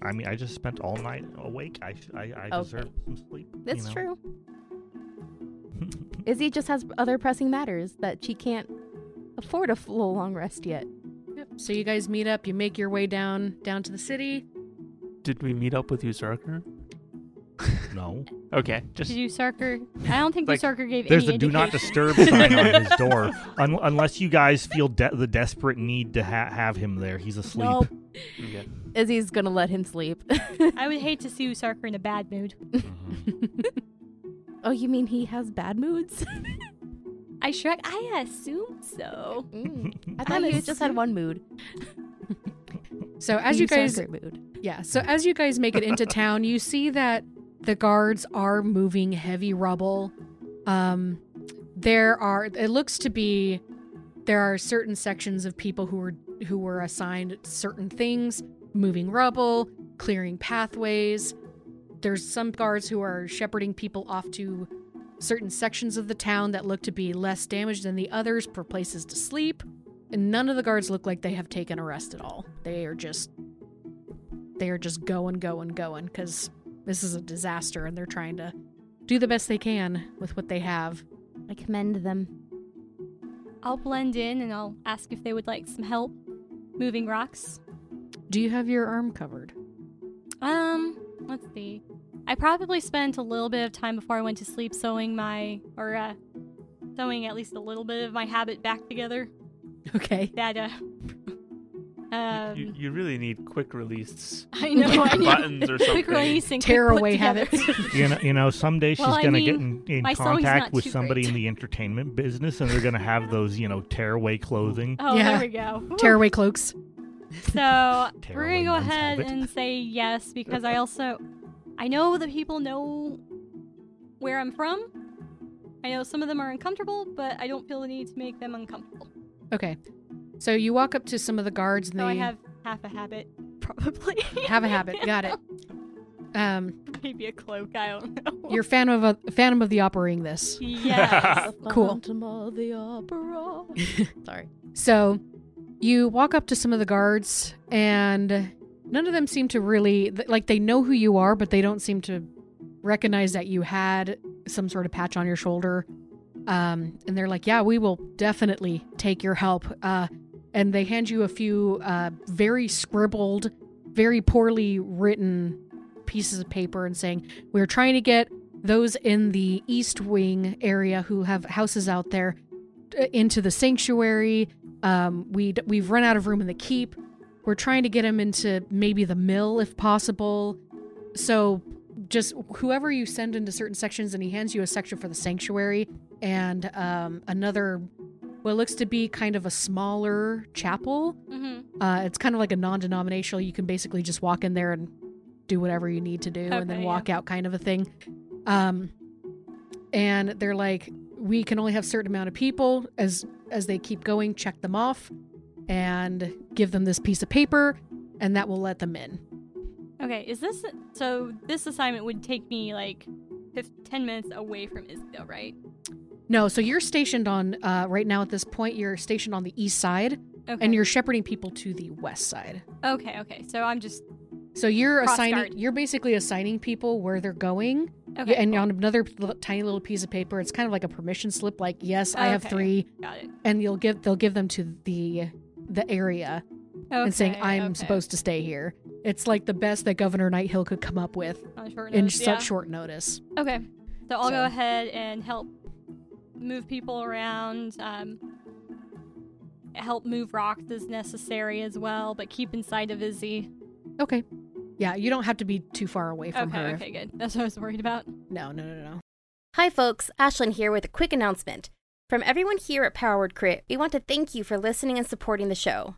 S5: I mean, I just spent all night awake. I, sh- I, I
S4: Okay.
S5: deserve some sleep. you
S4: That's
S5: know?
S4: true. Izzy just has other pressing matters that she can't afford a full long rest yet.
S1: So you guys meet up. You make your way down down to the city.
S3: Did we meet up with Usarker?
S5: no.
S3: Okay, just
S2: Did you Sarker? I don't think
S3: Like,
S2: Sarker gave
S5: There's
S2: any
S5: the do not
S2: indication.
S5: disturb sign on
S2: *laughs*
S5: his door. Un- unless you guys feel de- the desperate need to ha- have him there. He's asleep.
S2: Nope.
S3: okay.
S4: Izzy's gonna let him sleep. *laughs*
S2: I would hate to see Sarker in a bad mood.
S5: Mhm.
S4: oh, you mean he has bad moods?
S2: I shrug. I assume so.
S4: *laughs* Mm. I thought
S2: I
S4: you just had one mood.
S1: So as you
S4: He's got a
S1: guys
S4: great mood.
S1: Yeah. So as you guys make it into town, you see that the guards are moving heavy rubble. Um, there are. It looks to be there are certain sections of people who were who were assigned certain things, moving rubble, clearing pathways. There's some guards who are shepherding people off to certain sections of the town that look to be less damaged than the others for places to sleep. And none of the guards look like they have taken a rest at all. They are just they are just going, going, going because this is a disaster and they're trying to do the best they can with what they have.
S4: I commend them.
S2: I'll blend in and I'll ask if they would like some help moving rocks.
S1: Do you have your arm covered? *laughs*
S2: Um, let's see. I probably spent a little bit of time before I went to sleep sewing my or uh sewing at least a little bit of my habit back together.
S1: Okay.
S2: That
S3: *laughs*
S2: uh
S3: You-
S2: um
S3: you, you really need quick release
S2: *laughs* I know I
S1: *laughs*
S3: *laughs*
S2: know.
S3: buttons or
S2: *laughs*
S3: something.
S2: Quick release and quick
S1: Tear
S2: put
S1: away
S2: together.
S1: habits. *laughs*
S5: *laughs* You know, you know, someday she's
S2: Well, I
S5: gonna
S2: mean,
S5: get in, in
S2: my sewing's
S5: contact
S2: not
S5: with
S2: too
S5: somebody
S2: great.
S5: in the entertainment business, and they're gonna have those, you know, tearaway clothing.
S2: *laughs* oh,
S1: Yeah.
S2: there we go.
S1: Tearaway cloaks.
S2: *laughs* So we're
S5: Tearaway
S2: gonna go
S5: men's
S2: ahead
S5: habit.
S2: and say yes because I also I know that people know where I'm from. I know some of them are uncomfortable, but I don't feel the need to make them uncomfortable.
S1: Okay. So you walk up to
S2: Oh,
S1: some of the guards and
S2: So
S1: they
S2: I have half a habit, *laughs* probably. *laughs*
S1: have a habit. Got it. Um,
S2: Maybe a cloak. I don't know.
S1: you're Phantom of Phantom of the Operaing this.
S3: *laughs*
S2: *laughs* yes.
S1: Cool.
S4: Phantom of the Opera. Sorry.
S1: So you walk up to some of the guards, and none of them seem to really th- like they know who you are, but they don't seem to recognize that you had some sort of patch on your shoulder. Um, and they're like, "Yeah, we will definitely take your help." Uh, and they hand you a few uh, very scribbled, very poorly written pieces of paper, and saying, "We're trying to get those in the East Wing area who have houses out there uh, into the sanctuary. Um, we we've run out of room in the keep. We're trying to get him into maybe the mill if possible. So just whoever you send into certain sections, and he hands you a section for the sanctuary and um, another what looks to be kind of a smaller chapel.
S2: hmm
S1: Uh, it's kind of like a non-denominational. You can basically just walk in there and do whatever you need to do, and then
S2: Okay,
S1: walk out, kind of a thing. Um, and they're like, we can only have certain amount of people. As as they keep going, check them off, and give them this piece of paper, and that will let them in.
S2: Okay. Is this so? This assignment would take me like fif- ten minutes away from Isabel, right?
S1: No, so you're stationed on uh, right now at this point. You're stationed on the east side,
S2: Okay.
S1: and you're shepherding people to the west side.
S2: okay. Okay. So I'm just
S1: So you're
S2: Cross
S1: assigning,
S2: guard.
S1: you're basically assigning people where they're going.
S2: okay.
S1: Yeah, and
S2: cool.
S1: on another li- tiny little piece of paper, it's kind of like a permission slip. Like, yes, I have
S2: Okay.
S1: three,
S2: got it.
S1: and you'll give they'll give them to the the area
S2: Okay,
S1: and saying I'm
S2: okay.
S1: supposed to stay here. It's like the best that Governor Nighthill could come up with
S2: On short
S1: in
S2: notice,
S1: such
S2: yeah.
S1: short notice.
S2: Okay. So I'll
S1: So-
S2: go ahead and help move people around. Um, help move rocks as necessary as well, but keep inside of Izzy.
S1: Okay, yeah, you don't have to be too far away from
S2: Okay,
S1: her.
S2: okay, good. That's what I was worried about.
S1: No, no, no, no.
S4: Hi, folks. Ashlyn here with a quick announcement. From everyone here at Power Word Crit, we want to thank you for listening and supporting the show.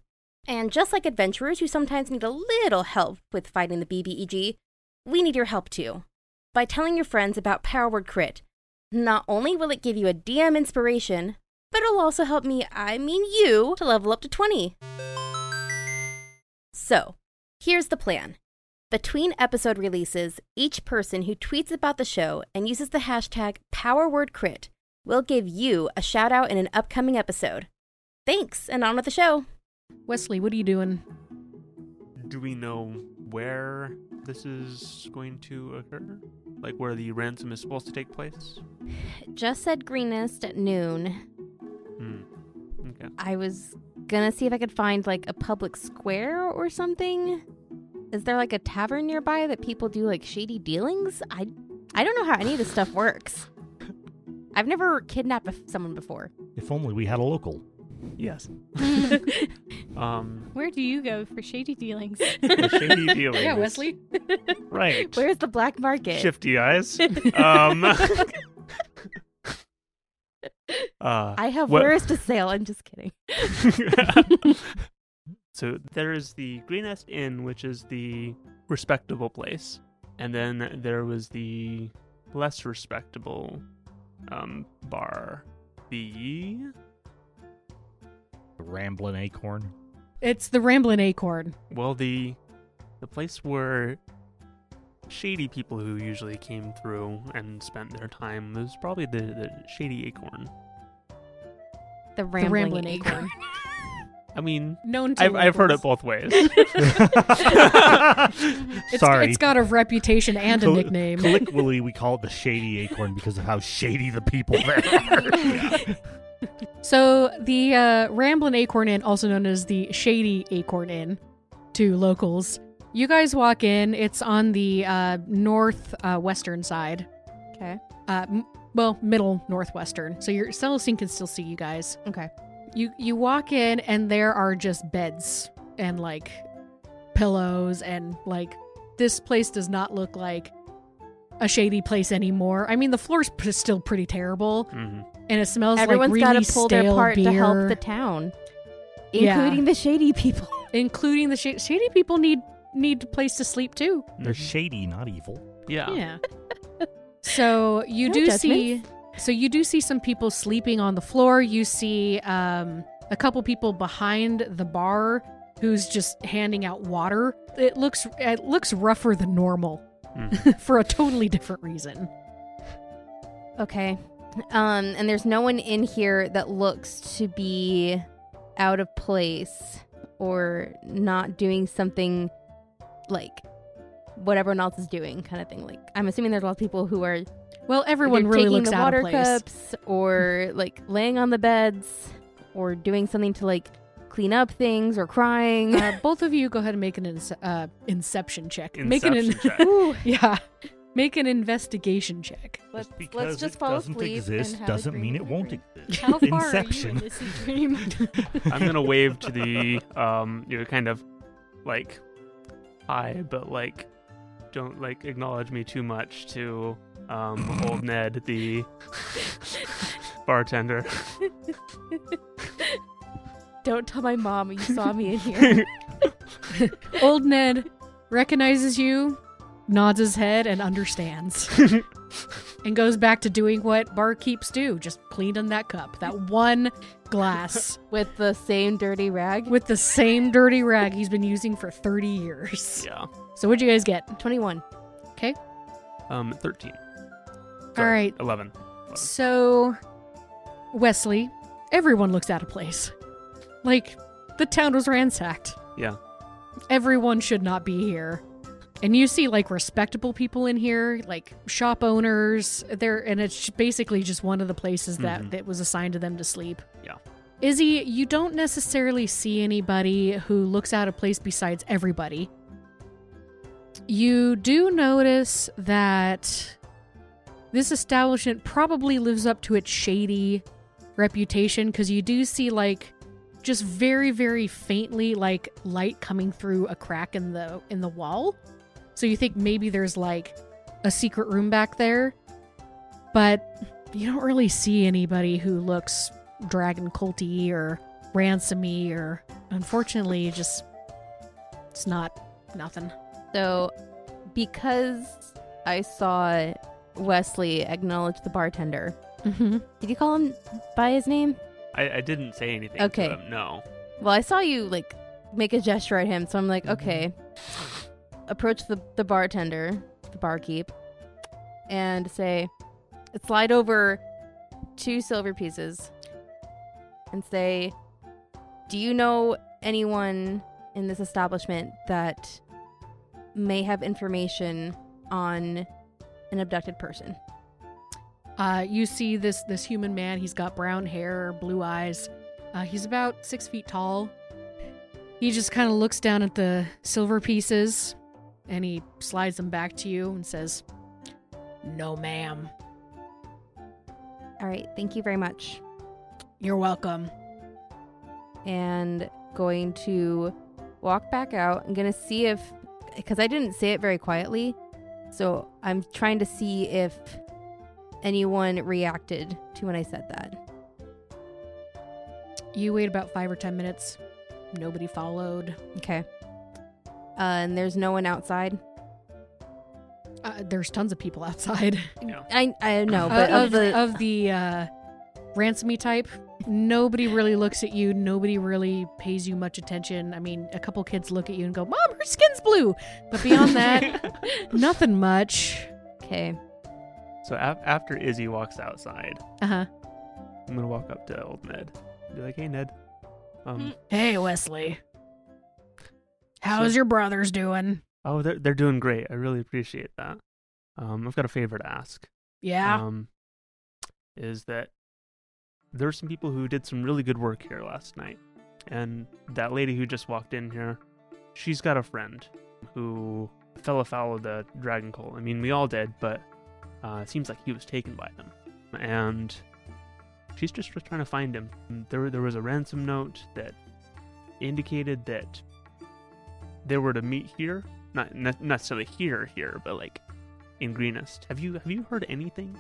S4: And just like adventurers who sometimes need a little help with fighting the BBEG, we need your help too. By telling your friends about Power Word Crit, not only will it give you a DM inspiration, but it'll also help me, I mean you, to level up to 20. So, here's the plan. Between episode releases, each person who tweets about the show and uses the hashtag PowerWordCrit will give you a shout out in an upcoming episode. Thanks, and on with the show.
S1: Wesley, what are you doing?
S3: Do we know where this is going to occur? Like where the ransom is supposed to take place?
S4: Just said greenest at noon.
S3: Hmm. Okay.
S4: I was gonna see if I could find like a public square or something. Is there like a tavern nearby that people do like shady dealings? I I don't know how any of this stuff works. I've never kidnapped a- someone before.
S5: If only we had a local.
S3: Yes. um. *laughs*
S2: Where do you go for shady dealings?
S3: shady *laughs* dealings.
S1: Yeah, Wesley.
S3: Right.
S4: Where's the black market?
S3: Shifty
S2: *laughs*
S3: eyes. um. uh, *laughs*
S4: I have
S3: Well-
S4: wares to sell. I'm just kidding.
S3: so there is the Greenest Inn, which is the respectable place, and then there was the less respectable um, bar. The
S5: The rambling
S2: *laughs*
S5: acorn. *laughs*
S1: It's the Ramblin' Acorn.
S3: well, the the place where shady people who usually came through and spent their time was probably the, the shady acorn.
S4: The
S1: The
S4: rambling,
S1: Ramblin'
S4: acorn.
S1: Acorn.
S3: I mean,
S1: Known to
S3: I've, I've heard it
S1: locals.
S3: both ways.
S1: It's,
S5: Sorry.
S1: it's got a reputation and a
S5: Col-
S1: nickname.
S5: Colloquially, we call it the shady acorn because of how shady the people there
S2: *laughs*
S5: are.
S1: So the uh, Ramblin' Acorn Inn, also known as the Shady Acorn Inn, to locals. You guys walk in. It's on the uh, north uh, western side.
S4: Okay.
S1: Uh, m- well, middle northwestern. So your Celestine can still see you guys.
S4: Okay.
S1: You you walk in and there are just beds and like pillows and like this place does not look like a shady place anymore. I mean the floor's p- still pretty terrible
S3: Mhm.
S1: and it smells
S4: Everyone's
S1: like really
S4: got to pull
S1: stale
S4: their part to help
S1: beer.
S4: the town,
S1: Yeah.
S4: including the shady people.
S1: including the shady, shady people need need a place to sleep too.
S5: They're shady, not evil.
S3: Mm-hmm. Yeah.
S1: Yeah. so you
S4: No
S1: do see so you do see some people sleeping on the floor. You see um, a couple people behind the bar who's just handing out water. It looks it looks rougher than normal.
S3: Mhm.
S1: *laughs* for a totally different reason.
S6: Okay. Um, and there's no one in here that looks to be out of place or not doing something like what everyone else is doing, kind of thing. Like I'm assuming there's a lot of people who are either
S1: Well, everyone really
S6: taking
S1: looks
S6: the
S1: out
S6: water
S1: of place.
S6: cups
S1: *laughs*
S6: or like laying on the beds or doing something to like clean up things or crying.
S1: Uh, both of you go ahead and make an ince- uh, inception check. make an
S3: Inception
S1: *laughs*
S3: check.
S6: Ooh,
S1: yeah, make an investigation check.
S6: let's,
S5: Because
S6: let's just
S5: it
S6: fall
S5: doesn't
S6: asleep.
S5: exist
S6: and have a
S5: doesn't
S6: dream
S5: mean it
S6: within a
S5: won't
S6: dream.
S5: exist.
S2: How far are you in
S5: Inception.
S2: this *laughs* dream?
S5: *laughs*
S3: I'm gonna wave to the um, you know, kind of like hi, but like don't like acknowledge me too much to um,
S6: *laughs*
S3: old Ned, the bartender.
S6: Don't tell my mom you saw me in here.
S1: Old Ned recognizes you, nods his head, and understands, and goes back to doing what barkeeps do: just cleaning that cup, that one glass,
S6: *laughs* with the same dirty rag.
S1: with the same dirty rag he's been using for thirty years.
S3: *laughs* yeah.
S1: So, what'd you guys get?
S6: 21.
S3: Um, thirteen.
S1: All right.
S3: Eleven.
S1: So, Wesley, everyone looks out of place. Like, the town was ransacked.
S3: Yeah.
S1: Everyone should not be here. And you see, like, respectable people in here, like shop owners. There, and it's basically just one of the places that
S3: Mhm.
S1: that was assigned to them to sleep.
S3: Yeah.
S1: Izzy, you don't necessarily see anybody who looks out of place besides everybody. You do notice that this establishment probably lives up to its shady reputation because you do see like just very very faintly like light coming through a crack in the in the wall so you think maybe there's like a secret room back there but you don't really see anybody who looks dragon culty or ransomy or unfortunately just it's not nothing
S6: So, because I saw Wesley acknowledge the bartender,
S1: mm-hmm.
S6: did you call him by his name?
S3: I, I didn't say anything.
S6: Okay.
S3: To them, no.
S6: Well, I saw you, like, make a gesture at him, so I'm like, okay. Approach the, the bartender, the barkeep, and say, slide over two silver pieces and say, Do you know anyone in this establishment that may have information on an abducted person?
S1: Uh, you see this this human man. He's got brown hair, blue eyes. Uh, he's about six feet tall. He just kind of looks down at the silver pieces, and he slides them back to you and says, "No, ma'am.
S6: All right, thank you very much.
S1: You're welcome."
S6: and going to walk back out. I'm going to see if, because I didn't say it very quietly. So I'm trying to see if anyone reacted to when I said that.
S1: You wait about five or ten minutes. Nobody followed.
S6: Okay. Uh, and there's no one outside.
S1: Uh, there's tons of people outside
S3: Yeah.
S6: I I know,
S1: Uh,
S6: but
S1: *laughs*
S6: of,
S1: of
S6: the
S1: of the uh, ransomy type. Nobody really looks at you. Nobody really pays you much attention. I mean, a couple kids look at you and go, "Mom, her skin's blue," but beyond that, *laughs* nothing much.
S6: okay,
S3: *laughs* So af- after Izzy walks outside,
S1: Uh huh.
S3: I'm gonna walk up to old Ned. and Be like, hey Ned. Um,
S1: Hey, Wesley.
S3: So-
S1: your brothers doing?
S3: oh, they're they're doing great. I really appreciate that. Um, I've got a favor to ask.
S1: Yeah.
S3: um, is that there are some people who did some really good work here last night. And that lady who just walked in here, she's got a friend who fell afoul of the Dragon Cult. I mean, we all did, but uh, it seems like he was taken by them. And she's just was trying to find him. There, there was a ransom note that indicated that they were to meet here. Not not necessarily here, here, but like in Greenest. Have you have you heard anything?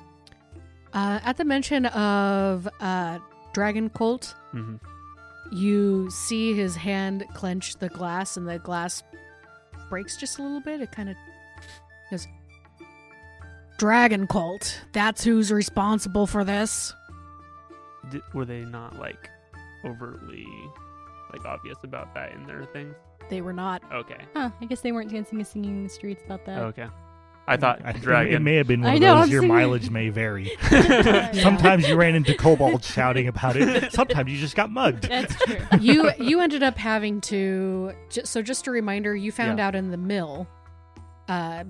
S1: Uh, at the mention of uh, Dragon Colt,
S3: Mm-hmm.
S1: you see his hand clench the glass, and the glass breaks just a little bit. It kind of goes. Dragon Colt. That's who's responsible for this.
S3: D- were they not like overtly like obvious about that in their things?
S1: They were not.
S3: *laughs* Okay.
S2: huh, I guess they weren't dancing and singing in the streets about that.
S3: Okay. I thought
S5: *laughs* I- It
S3: dragon.
S5: may have been one
S2: I
S5: of
S2: know,
S5: those.
S2: I'm
S5: Your
S2: seeing-
S5: mileage may vary.
S2: *laughs*
S5: *laughs*
S2: Yeah.
S5: Sometimes you ran into kobolds shouting about *laughs* it. Sometimes you just got
S2: *laughs*
S5: mugged.
S2: That's true.
S1: you you ended up having to ju- so just a reminder you found
S5: Yeah.
S1: out in the mill uh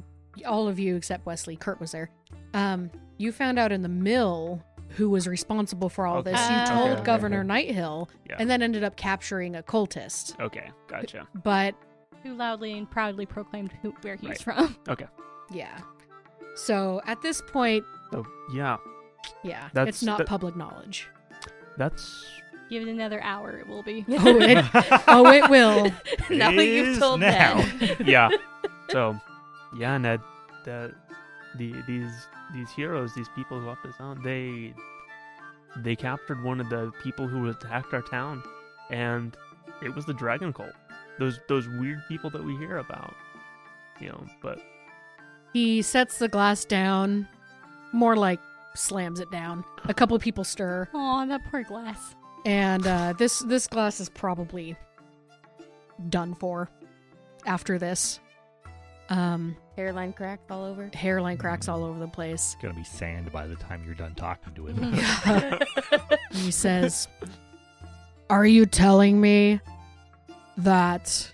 S1: all of you except wesley kurt was there um you found out in the mill who was responsible for
S3: Oh,
S1: all this
S2: Okay.
S1: you told
S2: Okay, okay,
S1: governor nighthill
S3: Yeah.
S1: and then ended up capturing a cultist
S3: okay, gotcha.
S1: but
S2: Who loudly and proudly proclaimed who, where he was
S3: Right.
S2: from. *laughs*
S1: yeah so at this point
S3: *laughs* So yeah,
S1: yeah it's
S3: That's-
S1: not
S3: that-
S1: public knowledge
S3: that's
S2: Give it another hour, it will *laughs* be.
S1: oh it, oh, it will
S4: now that you've
S5: Is
S4: told
S5: now.
S4: Ned.
S3: yeah. So yeah, Ned, the the these these heroes, these people who helped us out, they they captured one of the people who attacked our town, and it was the dragon cult. Those those weird people that we hear about, you know. But
S1: He sets the glass down, more like slams it down. A couple people stir,
S2: Aw, that poor glass.
S1: and uh, this this glass is probably done for after this. Um,
S4: Hairline cracked all over.
S1: hairline cracks all over the place.
S5: It's *laughs* gonna be sand by the time you're done talking to him.
S1: He says, "Are you telling me that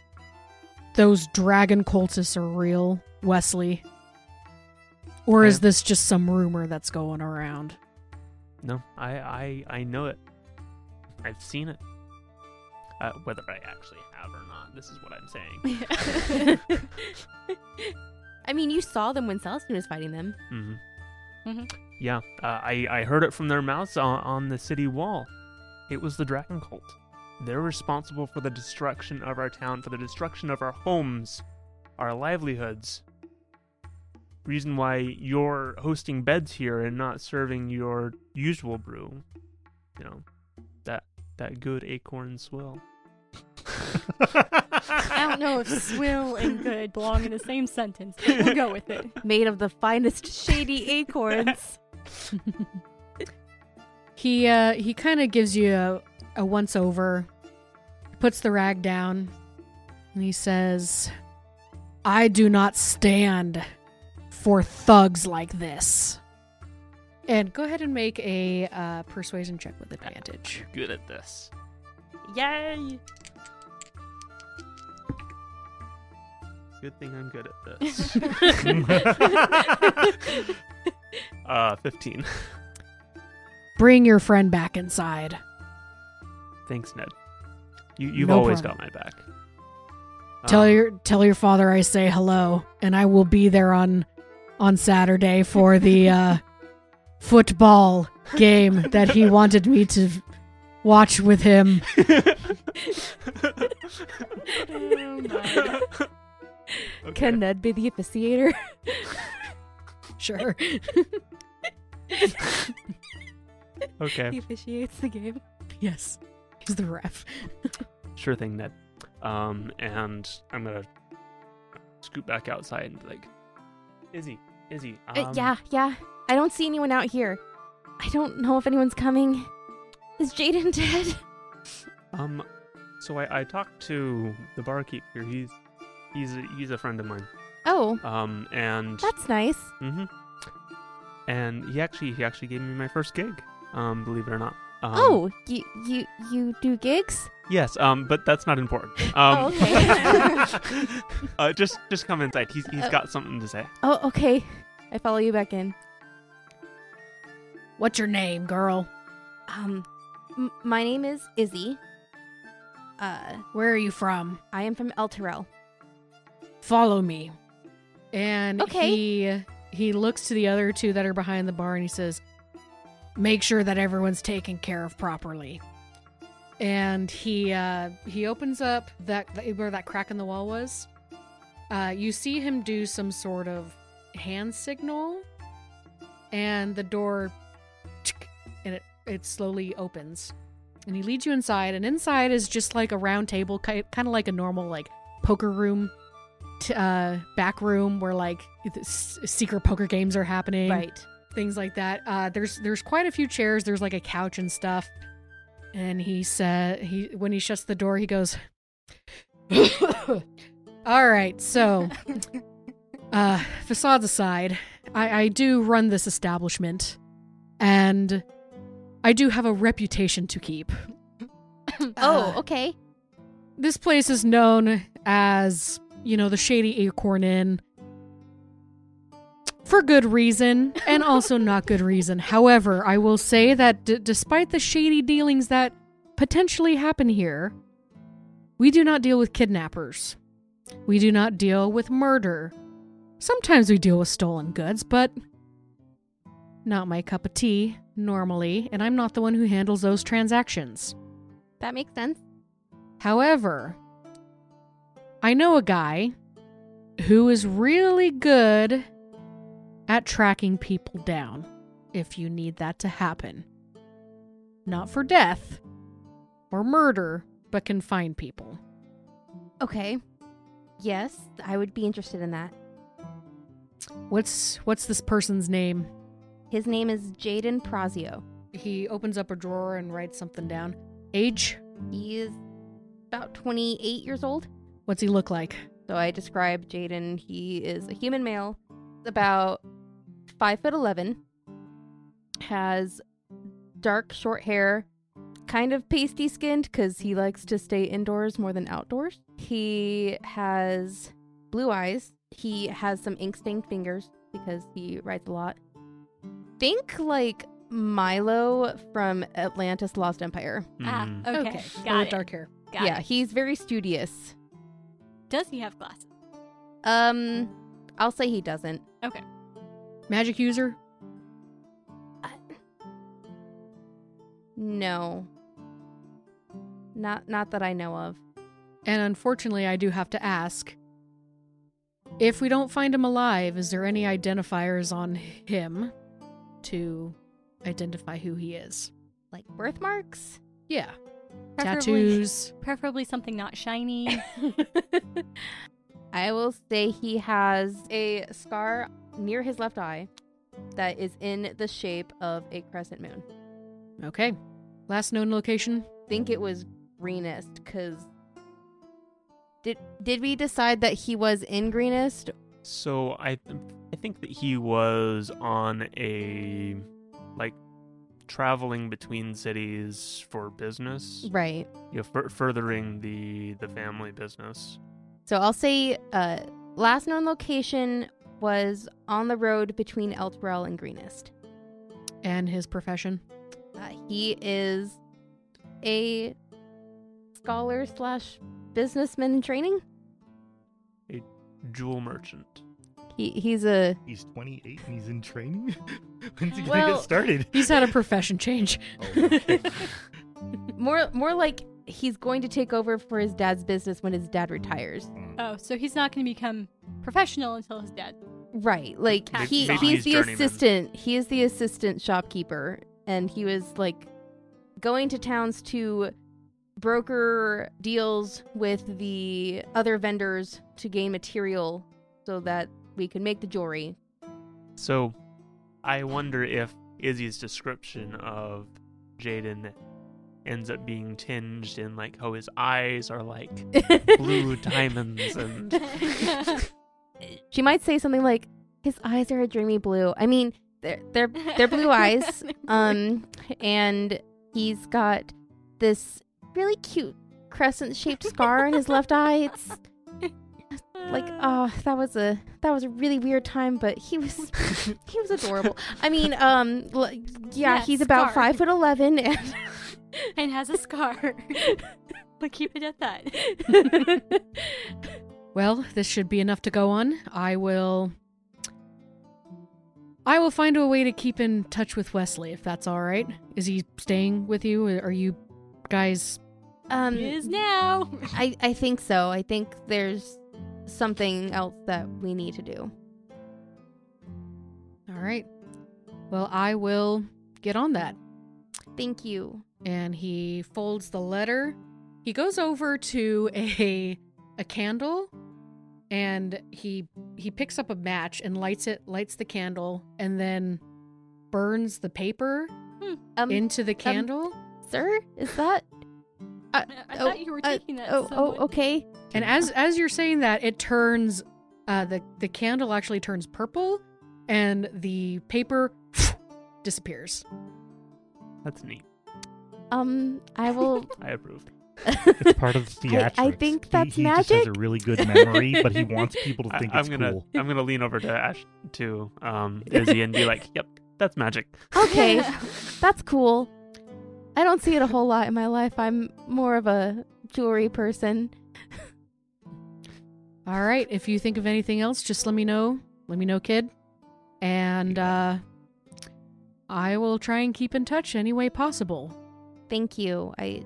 S1: those dragon cultists are real, Wesley?" Or is
S3: Yeah.
S1: this just some rumor that's going around?
S3: no, I I I know it. I've seen it. Uh, whether I actually have or not, this is what I'm saying.
S4: *laughs* I mean, you saw them when Celestine was fighting them.
S3: hmm
S2: Mhm.
S3: Yeah, uh, I I heard it from their mouths on, on the city wall. It was the dragon cult. They're responsible for the destruction of our town, for the destruction of our homes, our livelihoods. Reason why you're hosting beds here and not serving your usual brew, you know, that that good acorn swill.
S2: *laughs* I
S5: *laughs*
S2: don't know if swill and good belong in the same sentence, but we'll go with it. *laughs*
S3: *laughs*
S4: Made of the
S6: *laughs*
S4: finest shady acorns.
S1: He uh he kind of gives you a, a once over, puts the rag down, and he says, "I do not stand for thugs like this." And go ahead and make a uh, persuasion check with advantage.
S3: Good at this.
S2: Yay!
S3: Good thing I'm good
S2: *laughs*
S3: at this. uh, fifteen.
S1: Bring your friend back inside.
S3: Thanks, Ned. You, you've
S1: No
S3: always
S1: problem.
S3: got my back.
S1: Tell
S3: Um,
S1: your tell your father I say hello, and I will be there on on Saturday for the uh, football game that he wanted me
S3: *laughs*
S1: to watch with him.
S2: *laughs* Oh my.
S3: Okay.
S4: Can Ned be the
S2: *laughs*
S4: officiator?
S1: Sure.
S4: he
S3: okay.
S4: officiates the game.
S1: *laughs* Yes. He's the ref.
S3: Sure thing, Ned. Um, and I'm gonna scoot back outside and be like, Izzy, Izzy. Um,
S4: Uh, yeah, *laughs* yeah. I don't see anyone out here. I don't know if anyone's coming. Is Jaden dead?
S3: Um, so I, I talked to the barkeep here. He's he's a, he's a friend of mine.
S4: Oh,
S3: Um, and
S4: that's nice.
S3: hmm and he actually he actually gave me my first gig. Um, believe it or not. Um,
S4: oh, you you you do gigs?
S3: Yes, um, but that's not
S4: *laughs*
S3: important. Um,
S4: Oh, okay.
S3: *laughs* uh, just just come inside. He's he's
S4: Oh.
S3: got something to say.
S4: Oh, okay. I follow you back in.
S1: What's your name, girl?
S4: Um, m- my name is Izzy. Uh,
S1: Where are you from?
S4: I am from El Terrell.
S1: Follow me. And
S4: Okay.
S1: he he looks to the other two that are behind the bar and he says, "Make sure that everyone's taken care of properly." And he uh he opens up that where that crack in the wall was. Uh you see him do some sort of hand signal and the door tsk, and it it slowly opens. And he leads you inside and inside is just like a round table kind of like a normal like poker room t- uh, back room where like the s- secret poker games are happening,
S4: Right.
S1: things like that. Uh, there's there's quite a few chairs. There's like a couch and stuff. And he said he when he shuts the door, he *coughs* goes, "All right, so Uh, facades aside, I, I do run this establishment, and I do have a reputation to keep.
S6: Oh,
S1: Uh,
S6: okay.
S1: this place is known as, you know, the Shady Acorn Inn for good reason and also not good reason. However, I will say that d- despite the shady dealings that potentially happen here, we do not deal with kidnappers. We do not deal with murder. Sometimes we deal with stolen goods, but not my cup of tea normally, and I'm not the one who handles those transactions.
S6: That makes sense.
S1: However, I know a guy who is really good at tracking people down if you need that to happen. Not for death or murder, but can find people.
S6: Okay. Yes, I would be interested in that.
S1: What's what's this person's name?
S6: His name is Jaden Prazio.
S1: He opens up a drawer and writes something down. Age?
S6: He is about 28 years old.
S1: What's he look like?
S6: So I describe Jaden. He is a human male, about 5 foot 11, has dark short hair, kind of pasty skinned because he likes to stay indoors more than outdoors. He has blue eyes. He has some ink stained fingers because he writes a lot. Think like Milo from Atlantis Lost Empire.
S5: Mm-hmm.
S4: uh,
S2: Ah,
S3: Mm.
S2: okay.
S1: So
S2: Got
S1: with
S2: it.
S1: dark hair.
S2: Got
S6: yeah,
S2: it.
S6: he's very studious.
S2: Does he have glasses?
S6: Um, I'll say he doesn't.
S1: Magic user?
S6: No. Not not that I know of.
S1: And unfortunately, I do have to ask if we don't find him alive, is there any identifiers on him to identify who he is?
S6: Like birthmarks? *laughs*
S1: Yeah.
S2: Preferably-
S1: Tattoos.
S2: Preferably something
S5: *laughs*
S2: not shiny.
S6: I will say he has a scar near his left eye that is in the shape of a crescent moon.
S1: Okay. Last known location?
S6: Think it was greenest cuz did did we decide that he was in greenest?
S3: So I, th- I think that he was on a, like, traveling between cities for business,
S6: Right.
S3: you know, fur- furthering the the family business.
S6: So I'll say uh last known location was on the road between Eltbrel and greenest.
S1: And his profession?
S6: Uh, he is a scholar slash businessman in training.
S3: Jewel merchant.
S6: He he's a
S5: *laughs* He's 28 and he's in training. *laughs* When's he gonna
S6: Well-
S5: get started? Oh,
S1: He's
S5: *laughs*
S1: had a profession change.
S6: more more like he's going to take over for his dad's business when his dad retires.
S2: oh, so he's not going to become professional until
S3: *laughs*
S2: his dad.
S6: Right. Like
S2: Maybe-
S6: he
S2: maybe
S3: he's
S6: he's the
S3: journeyman.
S6: assistant. He is the assistant shopkeeper and he was like going to towns to broker deals with the other vendors to gain material so that we could make the jewelry.
S3: So, I wonder if Izzy's description of Jaden ends up being tinged in like how his eyes are like blue diamonds and
S6: She might say something like, "His eyes are a dreamy blue." I mean, they're they're *laughs* they're
S2: *laughs*
S6: blue eyes. Um, and he's got this really cute crescent-shaped scar on his left eye. It's like, oh, that was a that was a really weird time, but he was he was adorable. I mean, um, l- yeah,
S2: Yeah,
S6: he's about
S2: scar.
S6: five foot eleven, and
S2: *laughs* and has a
S6: *laughs*
S2: scar. but keep it at that.
S1: Well, this should be enough to go on. I will. I will find a way to keep in touch with Wesley if that's all right. Is he staying with you? Are you guys.
S6: *laughs* um,
S2: It is now. *laughs*
S6: I I think so. I think there's something else that we need to do.
S1: All right. Well, I will get on that.
S6: Thank you.
S1: and he folds the letter. He goes over to a a candle and he he picks up a match and lights it, lights the candle and then burns the paper
S6: Um,
S1: into the candle.
S6: sir, is that?
S2: I
S6: oh,
S2: thought you were
S6: uh,
S2: taking that.
S6: oh, oh,
S2: someone-
S6: okay.
S1: and as as you're saying that, it turns Uh, the the candle actually turns purple, and the paper *sniffs* disappears.
S3: *laughs* That's neat.
S4: Um, I will.
S3: I approve.
S5: It's part of the
S4: I-
S5: theatrics.
S4: I think
S5: He-
S4: that's
S5: he, just has
S4: magic.
S5: a really good memory, but
S4: *laughs*
S5: he wants people to
S3: I,
S5: think
S3: am
S5: it's
S3: gonna
S5: cool.
S3: I'm gonna lean over to Ash to um Izzy and be like, "Yep, that's magic."
S4: *laughs* Okay, that's cool. I don't see it a whole lot in my life. I'm more of a jewelry person.
S1: All right. If you think of anything else, just let me know. Let me know, kid. And uh, I will try and keep in touch any way possible.
S4: Thank you. I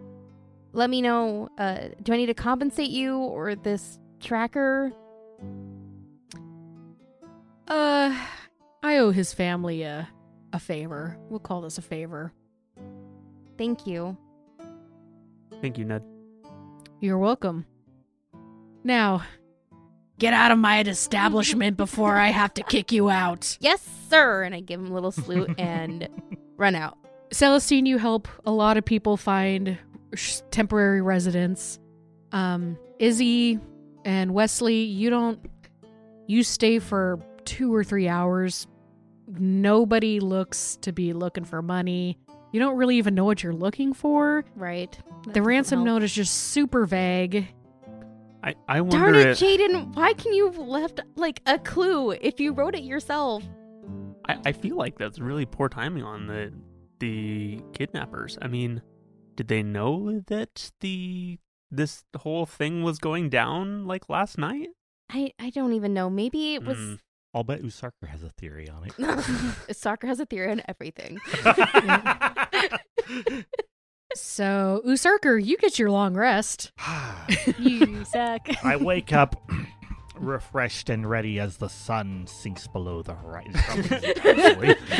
S4: let me know. Uh, do I need to compensate you or this tracker?
S1: Uh, I owe his family a a favor. We'll call this a favor.
S4: Thank you.
S3: Thank you, Ned.
S1: You're welcome. Now, get out of my establishment before I have to kick you out.
S4: Yes, sir. And I give him a little *laughs* salute and run out.
S1: Celestine, you help a lot of people find sh- temporary residence. Um, Izzy and Wesley, you don't. You stay for two or three hours. Nobody looks to be looking for money. You don't really even know what you're looking for.
S4: Right.
S1: The ransom note is just super vague.
S3: I I
S4: Darn
S3: wonder
S4: it,
S3: if
S4: Jaden! Why can you have left like a clue if you wrote it yourself?
S3: I, I feel like that's really poor timing on the the kidnappers. I mean, did they know that the this whole thing was going down like last night?
S4: I I don't even know. Maybe it was.
S3: Mm.
S5: I'll bet Usarker has a theory on
S4: *laughs*
S5: it.
S4: Soccer has a theory on
S3: *laughs*
S4: everything.
S1: So, Usarker, you get your long rest.
S2: *laughs* you
S3: *laughs*
S2: suck.
S5: *laughs* I wake up *clears throat* refreshed and ready as the sun sinks below the
S4: *laughs*
S5: horizon. Actually, *laughs*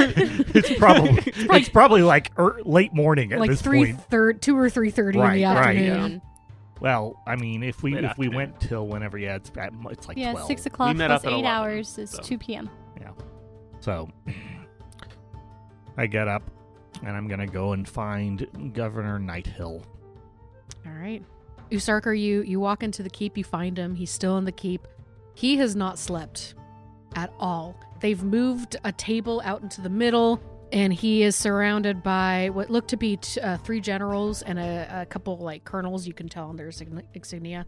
S5: it's probably it's probably, like er, late morning at
S1: like
S5: this
S1: three
S5: point.
S1: thir- two or three thirty
S5: Right,
S1: in the
S5: right,
S1: afternoon.
S5: yeah. Well, I mean, if we
S3: Late
S5: if we
S3: afternoon.
S5: went till whenever, yeah, it's at, mo- it's like
S2: yeah,
S5: twelve.
S2: six o'clock
S3: met
S2: plus
S3: up at
S2: eight
S3: 11,
S2: hours is
S3: so.
S2: two p.m.
S5: So I get up and I'm gonna go and find Governor Nighthill.
S1: All right. Usarker, you you walk into the keep, you find him. He's still in the keep. He has not slept at all. They've moved a table out into the middle, and he is surrounded by what look to be t- uh, three generals and a, a couple like colonels. You can tell on their sign- insignia.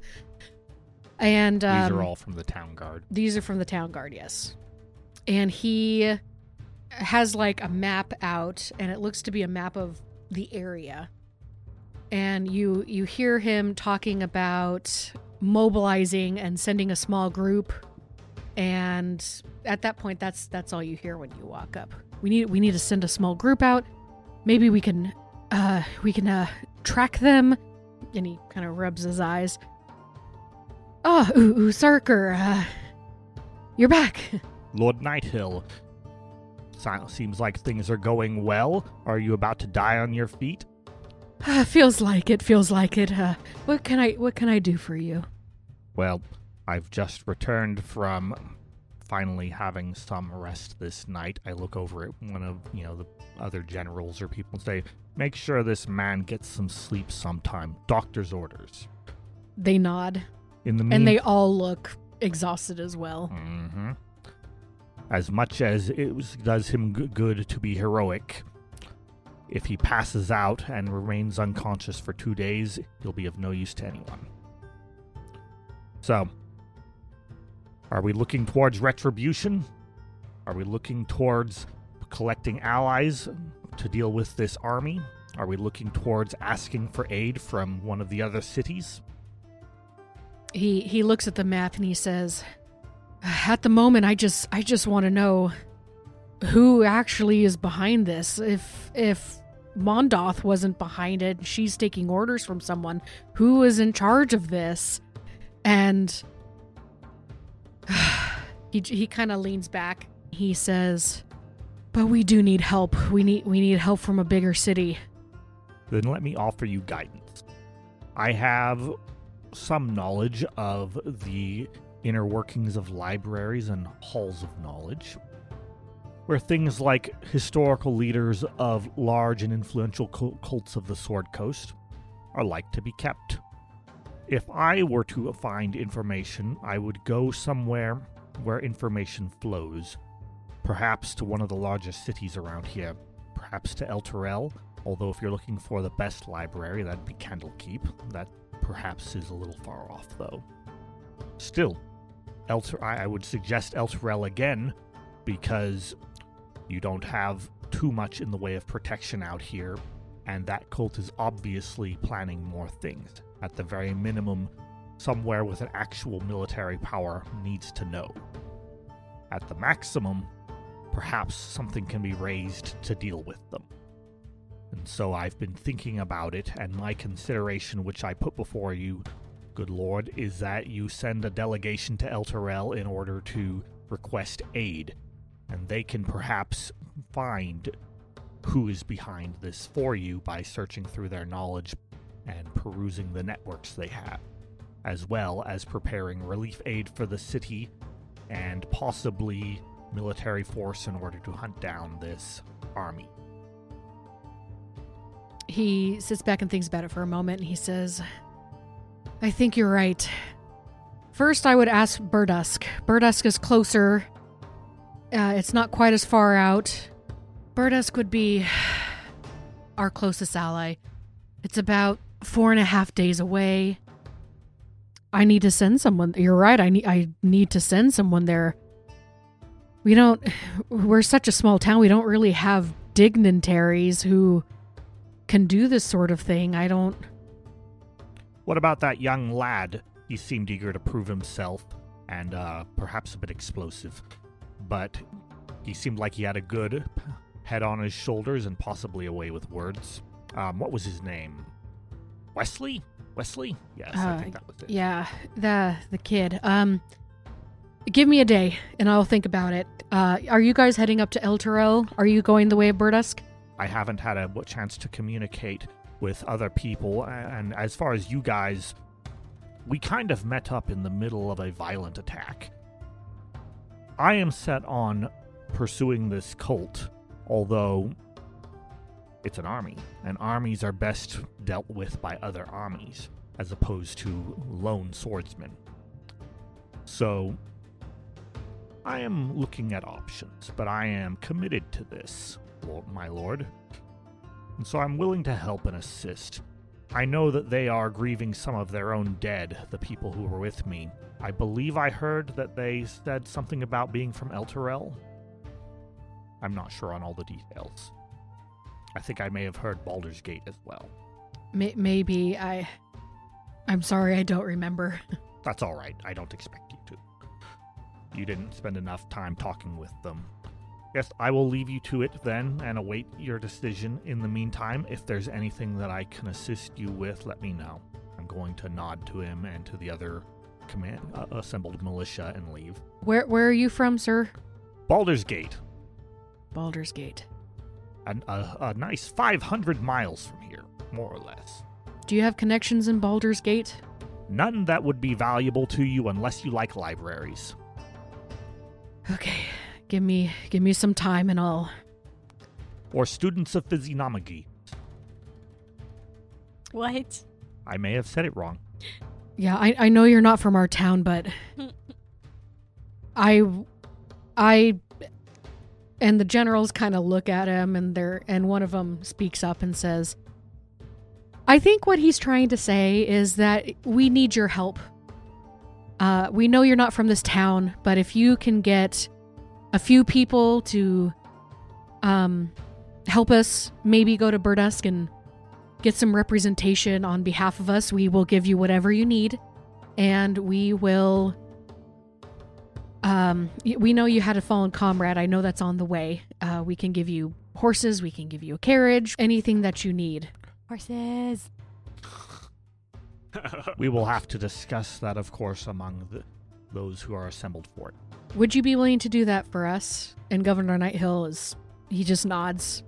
S1: And um,
S5: These are all from the town guard.
S1: these are from the town guard, yes. And he has like a map out and it looks to be a map of the area. And you you hear him talking about mobilizing and sending a small group and at that point that's that's all you hear when you walk up. We need we need to send a small group out. Maybe we can uh we can uh track them. And he kind of rubs his eyes. Oh, ooh, ooh, Sarker, uh, you're back. *laughs*
S5: Lord Nighthill. So- Seems like things are going well. Are you about to die on your feet?
S1: Uh, feels like it. Feels like it. Uh, what can I? What can I do for you?
S5: Well, I've just returned from finally having some rest this night. I look over at one of, you know, the other generals or people and say, "Make sure this man gets some sleep sometime. Doctor's orders."
S1: They nod,
S5: In the
S1: and
S5: meantime,
S1: they all look exhausted as well.
S5: hmm As much as it was, does him g- good to be heroic, if he passes out and remains unconscious for two days, he'll be of no use to anyone. So, are we looking towards retribution? Are we looking towards collecting allies to deal with this army? Are we looking towards asking for aid from one of the other cities?
S1: He he looks at the map and he says, "At the moment, I just I just want to know who actually is behind this. If if Mondoth wasn't behind it, and she's taking orders from someone. Who is in charge of this?" And *sighs* he he kind of leans back. He says, "But we do need help. We need we need help from a bigger city."
S5: then let me offer you guidance. I have some knowledge of the inner workings of libraries and halls of knowledge, where things like historical leaders of large and influential cul- cults of the Sword Coast are like to be kept. If I were to find information, I would go somewhere where information flows. Perhaps to one of the largest cities around here, perhaps to El Terrell, although if you're looking for the best library, that'd be Candlekeep. That perhaps is a little far off, though. Still, El Ter- I I would suggest El Terrell again because you don't have too much in the way of protection out here, and that cult is obviously planning more things. At the very minimum, somewhere with an actual military power needs to know. At the maximum, perhaps something can be raised to deal with them. And so I've been thinking about it, and my consideration, which I put before you, good lord, is that you send a delegation to El Terrell in order to request aid, and they can perhaps find who is behind this for you by searching through their knowledge and perusing the networks they have, as well as preparing relief aid for the city and possibly military force in order to hunt down this army.
S1: He sits back and thinks about it for a moment and he says, I think you're right. First, I would ask Burdusk. Burdusk is closer, uh, it's not quite as far out. Burdusk would be our closest ally. It's about four and a half days away. I need to send someone. You're right. I need. I need to send someone there. We don't. We're such a small town. We don't really have dignitaries who can do this sort of thing. I don't.
S5: What about that young lad? He seemed eager to prove himself and uh, perhaps a bit explosive, but he seemed like he had a good head on his shoulders and possibly a way with words. Um, what was his name? Wesley? Wesley? Yes,
S1: Uh,
S5: I think that was it.
S1: Yeah, the the kid. Um, give me a day and I'll think about it. Uh, are you guys heading up to El Terrell? Are you going the way of Burdusk?
S5: I haven't had a w- chance to communicate with other people, a- and as far as you guys, we kind of met up in the middle of a violent attack. I am set on pursuing this cult, although it's an army, and armies are best dealt with by other armies as opposed to lone swordsmen. So, I am looking at options, but I am committed to this, lo- my lord. And so I'm willing to help and assist. I know that they are grieving some of their own dead, the people who were with me. I believe I heard that they said something about being from Elturel. I'm not sure on all the details. I think I may have heard Baldur's Gate as well.
S1: May maybe I. I'm sorry, I don't remember.
S5: That's all right. I don't expect you to. You didn't spend enough time talking with them. Yes, I will leave you to it then and await your decision. In the meantime, if there's anything that I can assist you with, let me know. I'm going to nod to him and to the other command uh, assembled militia and leave.
S1: Where where are you from, sir?
S5: Baldur's Gate,
S1: Baldur's Gate.
S5: an, a, a nice 500 miles from here, more or less.
S1: Do you have connections in Baldur's Gate?
S5: None that would be valuable to you unless you like libraries.
S1: Okay, give me give me some time and I'll.
S5: Or students of physiognomy.
S2: What?
S5: I may have said it wrong.
S1: Yeah, I I know you're not from our town, but I I and the generals kind of look at him and they're and one of them speaks up and says I think what he's trying to say is that we need your help. Uh, we know you're not from this town, but if you can get a few people to um, help us, maybe go to Burdusk and get some representation on behalf of us, we will give you whatever you need, and we will um, y- we know you had a fallen comrade. I know that's on the way. Uh, we can give you horses. We can give you a carriage. Anything that you need.
S4: Horses.
S5: We will have to discuss that, of course, among the, those who are assembled for it.
S1: Would you be willing to do that for us? And Governor Nighthill is. He just nods.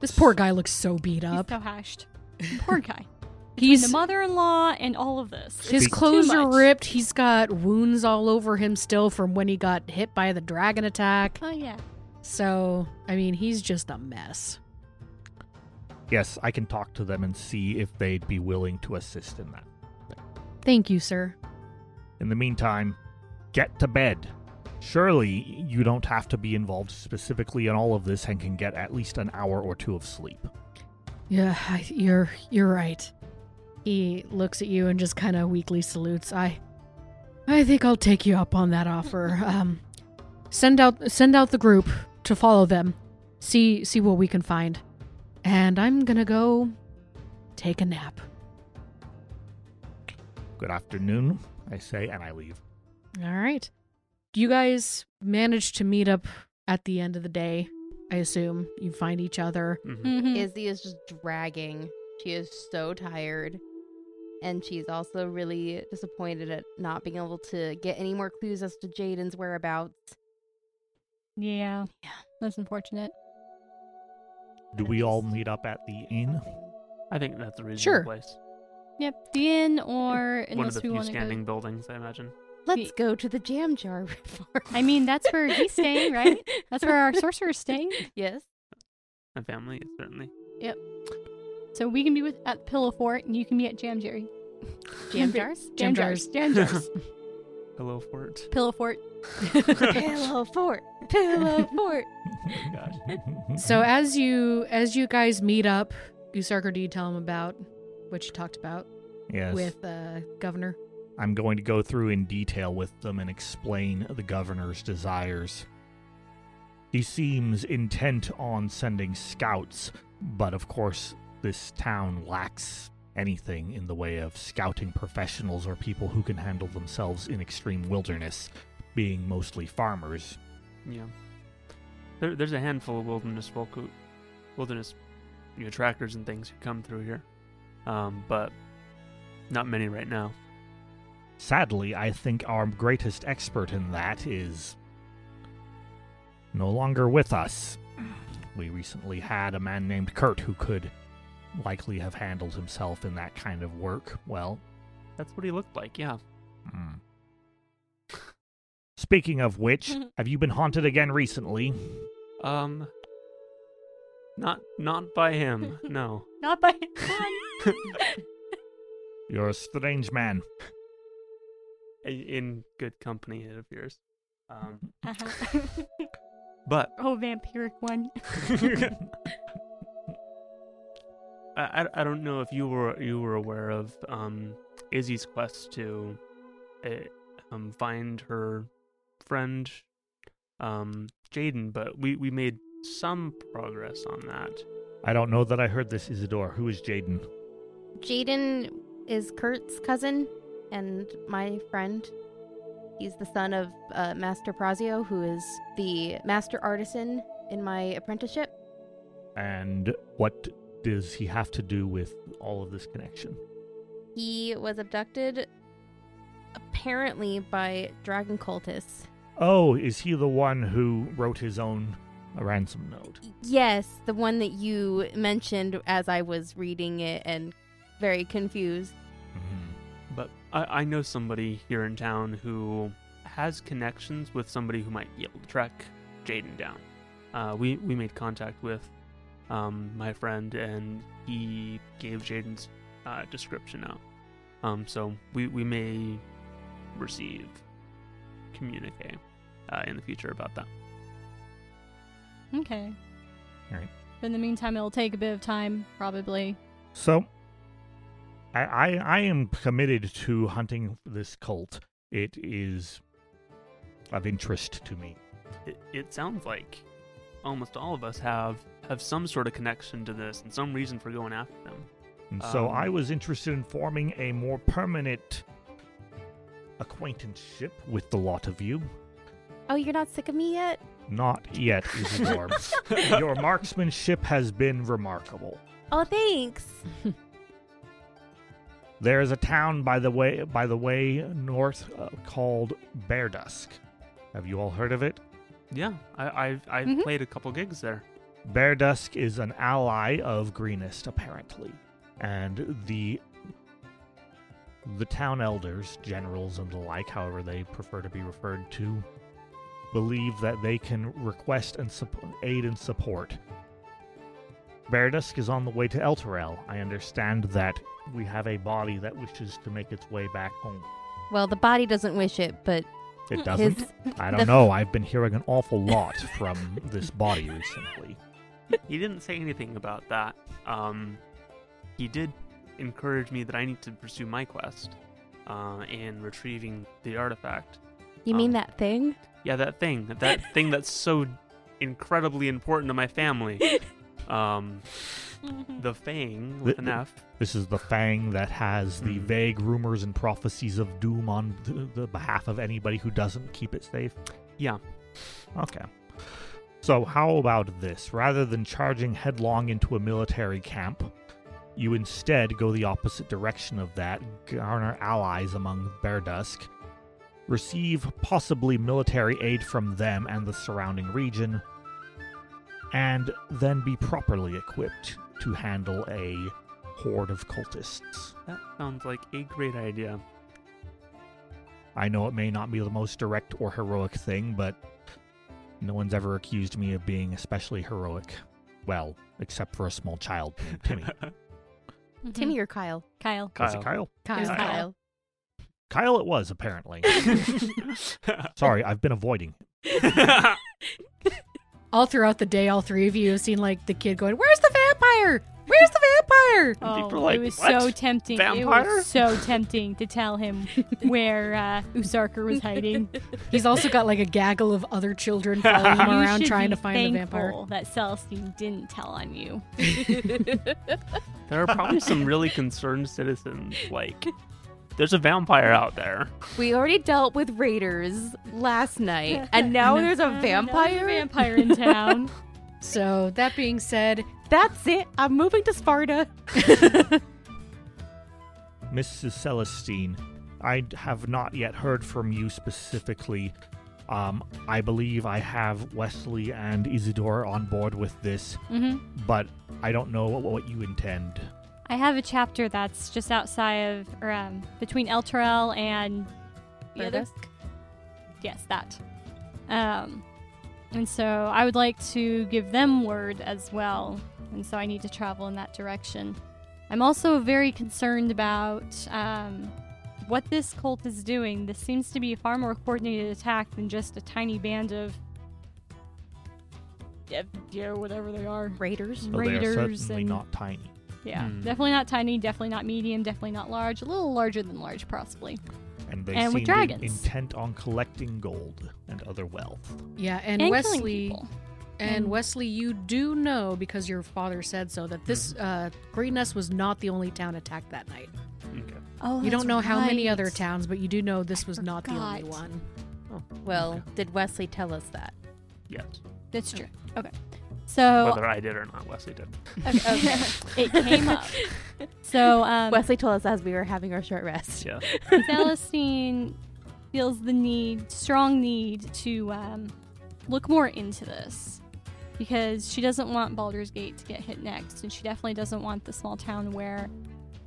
S1: This poor guy looks so beat up.
S2: He's so
S6: *laughs*
S2: hashed. Poor guy.
S1: He's
S2: He's the mother-in-law and all of this.
S1: his
S5: Too
S1: clothes are
S2: much.
S1: ripped. He's got wounds all over him still from when he got hit by the dragon attack.
S2: Oh yeah.
S1: So, I mean, he's just a mess.
S5: Yes, I can talk to them and see if they'd be willing to assist in that.
S1: Thank you, sir.
S5: In the meantime, get to bed. Surely you don't have to be involved specifically in all of this and can get at least an hour or two of sleep.
S1: Yeah, I, you're you're right. He looks at you and just kind of weakly salutes. I, I think I'll take you up on that *laughs* offer. Um, send out send out the group to follow them, see see what we can find, and I'm gonna go take a nap.
S5: Good afternoon, I say, and I leave.
S1: All right, you guys manage to meet up at the end of the day. I assume you find each other.
S3: Mhm.
S2: Mm-hmm.
S4: Izzy is just dragging. She is so tired. And she's also really disappointed at not being able to get any more clues as to Jaden's whereabouts.
S2: Yeah. Yeah. That's unfortunate.
S5: Do we all meet up at the inn?
S3: *laughs*
S5: *laughs*
S3: I think that's a reasonable
S1: Sure.
S3: place.
S2: Yep. The inn or
S3: One
S2: unless
S3: of the few
S2: we want to
S3: standing
S2: go.
S3: buildings, I imagine.
S4: Let's go to the jam jar. *laughs* River.
S2: I mean, that's where
S4: *laughs*
S2: he's
S3: *laughs*
S2: staying, *laughs* right? That's where our sorcerer's staying.
S4: Yes.
S3: My family, certainly.
S2: So we can be with at Pillow Fort and you can be at Jam Jerry.
S3: *laughs*
S4: Jam jars?
S1: Jam
S2: Jam jars. Jam jars.
S3: Hello, Fort. *laughs*
S2: Pillow Fort.
S4: Pillow fort. Pillow fort.
S3: Gosh.
S1: Oh
S5: *laughs*
S1: So as you as you guys meet up, Gusarker, do you tell him about what you talked about
S5: yes.
S1: with uh, Governor?
S5: I'm going to go through in detail with them and explain the governor's desires. He seems intent on sending scouts, but of course, this town lacks anything in the way of scouting professionals or people who can handle themselves in extreme wilderness, being mostly farmers.
S3: Yeah. There, there's a handful of wilderness folk, who- wilderness, you know, trackers and things who come through here, um, but not many right now.
S5: Sadly, I think our greatest expert in that is no longer with us. We recently had a man named Kurt who could likely have handled himself in that kind of work. Well,
S3: That's what he looked like. Yeah.
S5: hmm. speaking of which, have you been haunted again recently?
S3: Um. Not not by him. No. *laughs*
S2: Not by *laughs*
S5: You're a strange man.
S3: I- In good company, it appears. Um,
S2: uh-huh.
S3: but
S2: *laughs* Oh, vampiric one.
S3: *laughs* I, I I don't know if you were you were aware of um, Izzy's quest to uh, um, find her friend um, Jaden, but we, we made some progress on that.
S5: I don't know that I heard this, Isidore. Who is Jaden?
S4: Jaden is Kurt's cousin and my friend. He's the son of uh, Master Prazio, who is the master artisan in my apprenticeship.
S5: And what does he have to do with all of this connection?
S4: He was abducted apparently by dragon cultists.
S5: Oh, is he the one who wrote his own uh, ransom note?
S4: Yes, the one that you mentioned as I was reading it and very confused.
S5: Mm-hmm.
S3: But I, I know somebody here in town who has connections with somebody who might be able to track Jaden down. Uh, we we made contact with um, my friend, and he gave Jaden's uh, description out. Um, so we we may receive communique uh, in the future about that.
S2: Okay.
S5: Alright.
S2: But in the meantime, it'll take a bit of time, probably.
S5: So, I, I I am committed to hunting this cult. It is of interest to me.
S3: It, it sounds like almost all of us have have some sort of connection to this and some reason for going after them.
S5: And so
S3: Um.
S5: I was interested in forming a more permanent acquaintanceship with the lot of you.
S4: Oh, you're not sick of me yet?
S5: Not yet, Isidore. Your marksmanship has been remarkable.
S4: Oh, thanks.
S5: There is a town by the way by the way north uh, called Bear Dusk. Have you all heard of it?
S3: Yeah, I, I've I've
S2: Mhm.
S3: played a couple gigs there.
S5: Bear Dusk is an ally of Greenest, apparently, and the the town elders, generals, and the like, however they prefer to be referred to, believe that they can request and sup- aid and support. Bear Dusk is on the way to Elturel. I understand that we have a body that wishes to make its way back home.
S4: Well, the body doesn't wish it, but
S5: It doesn't.
S4: His-
S5: I
S4: the-
S5: don't know. I've been hearing an awful lot from this body recently.
S3: He didn't say anything about that. Um, he did encourage me that I need to pursue my quest uh, in retrieving the artifact.
S4: You mean
S3: Um,
S4: that thing?
S3: Yeah, that thing, that thing that's so incredibly important to my family. Um, the Fang with
S5: The-
S3: an
S5: the-
S3: F.
S5: This is the fang that has the
S3: Mhm.
S5: vague rumors and prophecies of doom on th- the behalf of anybody who doesn't keep it safe.
S3: Yeah.
S5: Okay. So, how about this? Rather than charging headlong into a military camp, you instead go the opposite direction of that, garner allies among Bear Dusk, receive possibly military aid from them and the surrounding region, and then be properly equipped to handle a horde of cultists.
S3: That sounds like a great idea.
S5: I know it may not be the most direct or heroic thing, but no one's ever accused me of being especially heroic. Well, except for a small child named
S3: *laughs*
S5: Timmy.
S3: Mm-hmm.
S4: Timmy or Kyle?
S2: Kyle.
S5: Was
S3: Kyle.
S5: it Kyle?
S4: It was
S1: Kyle.
S3: Kyle.
S5: Kyle it was, apparently. Sorry, I've been avoiding.
S1: All throughout the day, all three of you have seen like the kid going, "Where's the vampire? Where's the vampire?"
S2: Oh,
S3: People are like,
S2: it was
S3: "What?
S2: so tempting. It
S3: Vampire?"
S2: was so tempting to
S3: *laughs*
S2: tell him where uh, Usarker was hiding.
S1: He's also got like a gaggle of other children following him
S2: You
S1: around
S2: should
S1: trying
S2: be
S1: to find the vampire.
S2: thankful That Celestine didn't tell on you.
S3: there are probably some really concerned citizens. Like, there's a vampire out there.
S4: We already dealt with raiders last night, and now there's a
S2: Now
S4: vampire.
S2: vampire in town.
S1: So that being said,
S4: *laughs* That's it. I'm moving to Sparta.
S5: Mrs. Celestine, I d- have not yet heard from you specifically. Um, I believe I have Wesley and Isidore on board with this,
S2: hmm
S5: but I don't know what, what you intend.
S2: I have a chapter that's just outside of, or um, between El Terrell and the other Yes, that. Um, and so I would like to give them word as well. And so I need to travel in that direction. I'm also very concerned about um, what this cult is doing. This seems to be a far more coordinated attack than just a tiny band of. Yeah, yeah whatever they are.
S4: Raiders.
S5: So they are
S2: Raiders
S5: certainly
S2: and-
S5: not tiny.
S2: Yeah,
S3: Hmm.
S2: definitely not tiny, definitely not medium, definitely not large. A little larger than large, possibly.
S5: And they
S2: And
S5: seem
S2: with
S5: to be
S2: dragons.
S5: intent on collecting gold and other wealth.
S1: yeah, and,
S2: killing
S1: Wesley
S2: people. Mm.
S1: and
S2: And-
S1: Wesley, you do know because your father said so that this uh, Green Nest was not the only town attacked that night.
S3: Okay.
S2: Oh,
S1: you don't
S2: that's
S1: know how many other
S2: right.
S1: towns, but you do know this was not the only
S2: forgot.
S1: one.
S4: Well, did Wesley tell us that?
S3: Yes.
S2: That's true. Okay. So Oh.
S3: Whether I did or not, Wesley did.
S2: *laughs*
S4: Okay.
S2: it came up. *laughs* So um,
S4: *laughs* Wesley told us as we were having our short rest.
S3: Yeah.
S2: Celestine feels the need, strong need, to um, look more into this because she doesn't want Baldur's Gate to get hit next, and she definitely doesn't want the small town where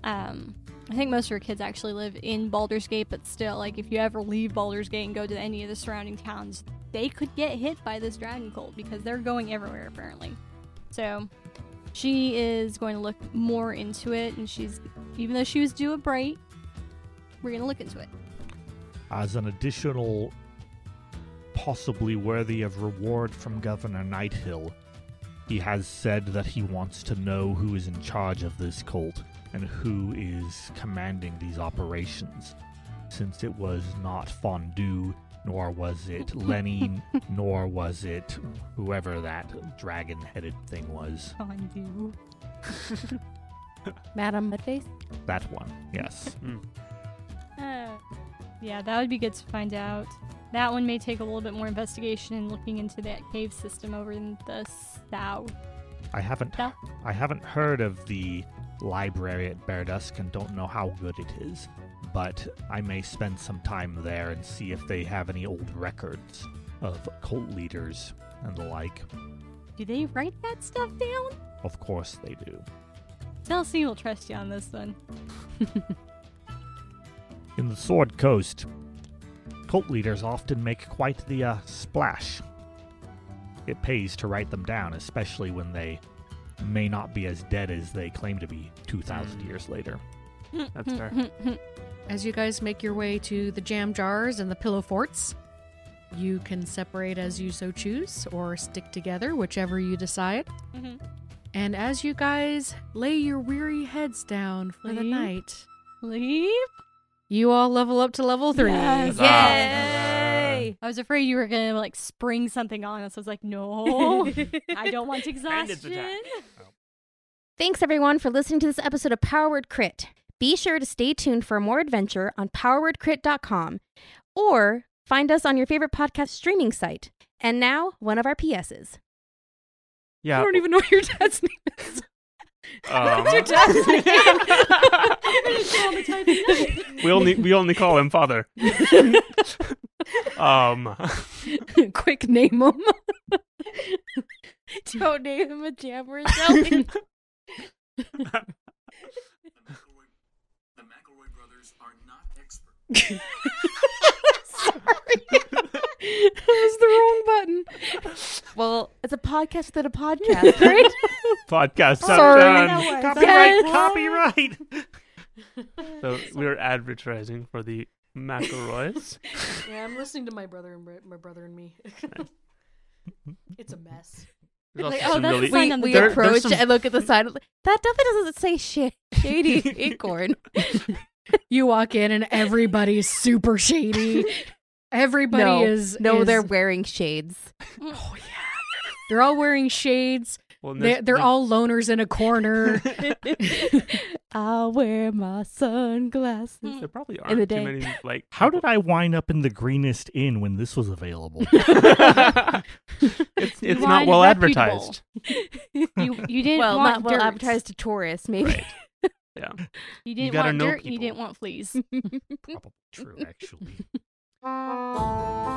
S2: um, I think most of her kids actually live in Baldur's Gate. But still, like if you ever leave Baldur's Gate and go to any of the surrounding towns, they could get hit by this dragon cult because they're going everywhere apparently. So. She is going to look more into it, and she's, even though she was due a break, we're gonna look into it.
S5: As an additional, possibly worthy of reward from Governor Nighthill, he has said that he wants to know who is in charge of this cult and who is commanding these operations. Since it was not Fondue, nor was
S2: *laughs*
S5: it Lenny, nor was it whoever that dragon headed thing
S2: *laughs*
S5: was.
S2: Fondue.
S4: Madam Mudface?
S5: That one, yes.
S3: Mm.
S2: Uh, yeah, that would be good to find out. That one may take a little bit more investigation and looking into that cave system over in the south.
S5: I haven't
S2: Yeah.
S5: I haven't heard of the library at Bear Dusk and don't know how good it is, but I may spend some time there and see if they have any old records of cult leaders and the like.
S2: Do they write that stuff down?
S5: Of course they do.
S2: Celestine will trust you on this one.
S5: In the Sword Coast, cult leaders often make quite the uh, splash. It pays to write them down, especially when they may not be as dead as they claim to be 2,000 years later.
S3: That's fair.
S1: As you guys make your way to the jam jars and the pillow forts, You can separate as you so choose or stick together, whichever you decide.
S4: Mm-hmm.
S2: hmm
S1: And as you guys lay your weary heads down for the
S2: Sleep.
S1: night,
S2: Leave.
S1: you all level up to level three.
S2: Yes.
S3: Ah.
S4: Yay!
S2: I was afraid you were gonna like spring something on us. I was like,
S4: *laughs*
S2: no, I don't want exhaustion.
S4: Thanks everyone for listening to this episode of Power Word Crit. Be sure to stay tuned for more adventure on powerwordcrit.com or find us on your favorite podcast streaming site. And now, one of our PSs.
S3: Yeah.
S1: *laughs* I don't even know what your dad's name is.
S3: um,
S1: What's your
S4: *laughs*
S1: dad's name?
S3: we only we only call
S1: *laughs*
S3: him father. um,
S1: Quick name him.
S4: *laughs* Don't name him a jammer.
S1: *laughs*
S3: *laughs*
S7: The McElroy brothers are not experts.
S1: that was the wrong button.
S4: well, it's a podcast within a podcast, *laughs* right?
S3: podcast.
S1: Sorry.
S3: done. Copyright.
S1: Yes.
S3: Copyright.
S1: *laughs*
S3: so we're advertising for the McElroys.
S1: Yeah, I'm listening to my brother and my brother and me. *laughs* it's a mess.
S3: There's also
S2: Like, oh,
S3: some
S2: that's a
S3: really-
S2: sign
S4: we
S2: on the
S4: we
S2: door.
S3: There- there's
S4: approach
S3: some-
S4: and look at the side. That definitely doesn't say shit. *laughs* Shady acorn.
S1: You walk in and everybody's super *laughs* shady. Everybody
S4: no,
S1: is
S4: no,
S1: is-
S4: they're wearing shades. *laughs*
S1: oh yeah, they're all wearing shades.
S3: well, and
S1: They,
S3: there's-
S1: they're
S3: there-
S1: all loners in a corner.
S4: I'll wear my sunglasses.
S3: There probably
S4: the
S3: aren't
S4: day.
S3: too many. Like, *laughs*
S5: How did I wind up in the greenest inn when this was available?
S3: it's it's not
S2: wanted
S3: well
S2: reputable.
S3: advertised.
S2: You
S4: *laughs*
S2: you didn't
S4: Well,
S2: want
S4: not well
S2: dirt.
S4: advertised to tourists, maybe.
S3: Yeah.
S2: You didn't
S3: gotta
S2: want
S3: know
S2: dirt. You
S3: people.
S2: didn't want fleas.
S5: Probably true, actually.
S4: Bye.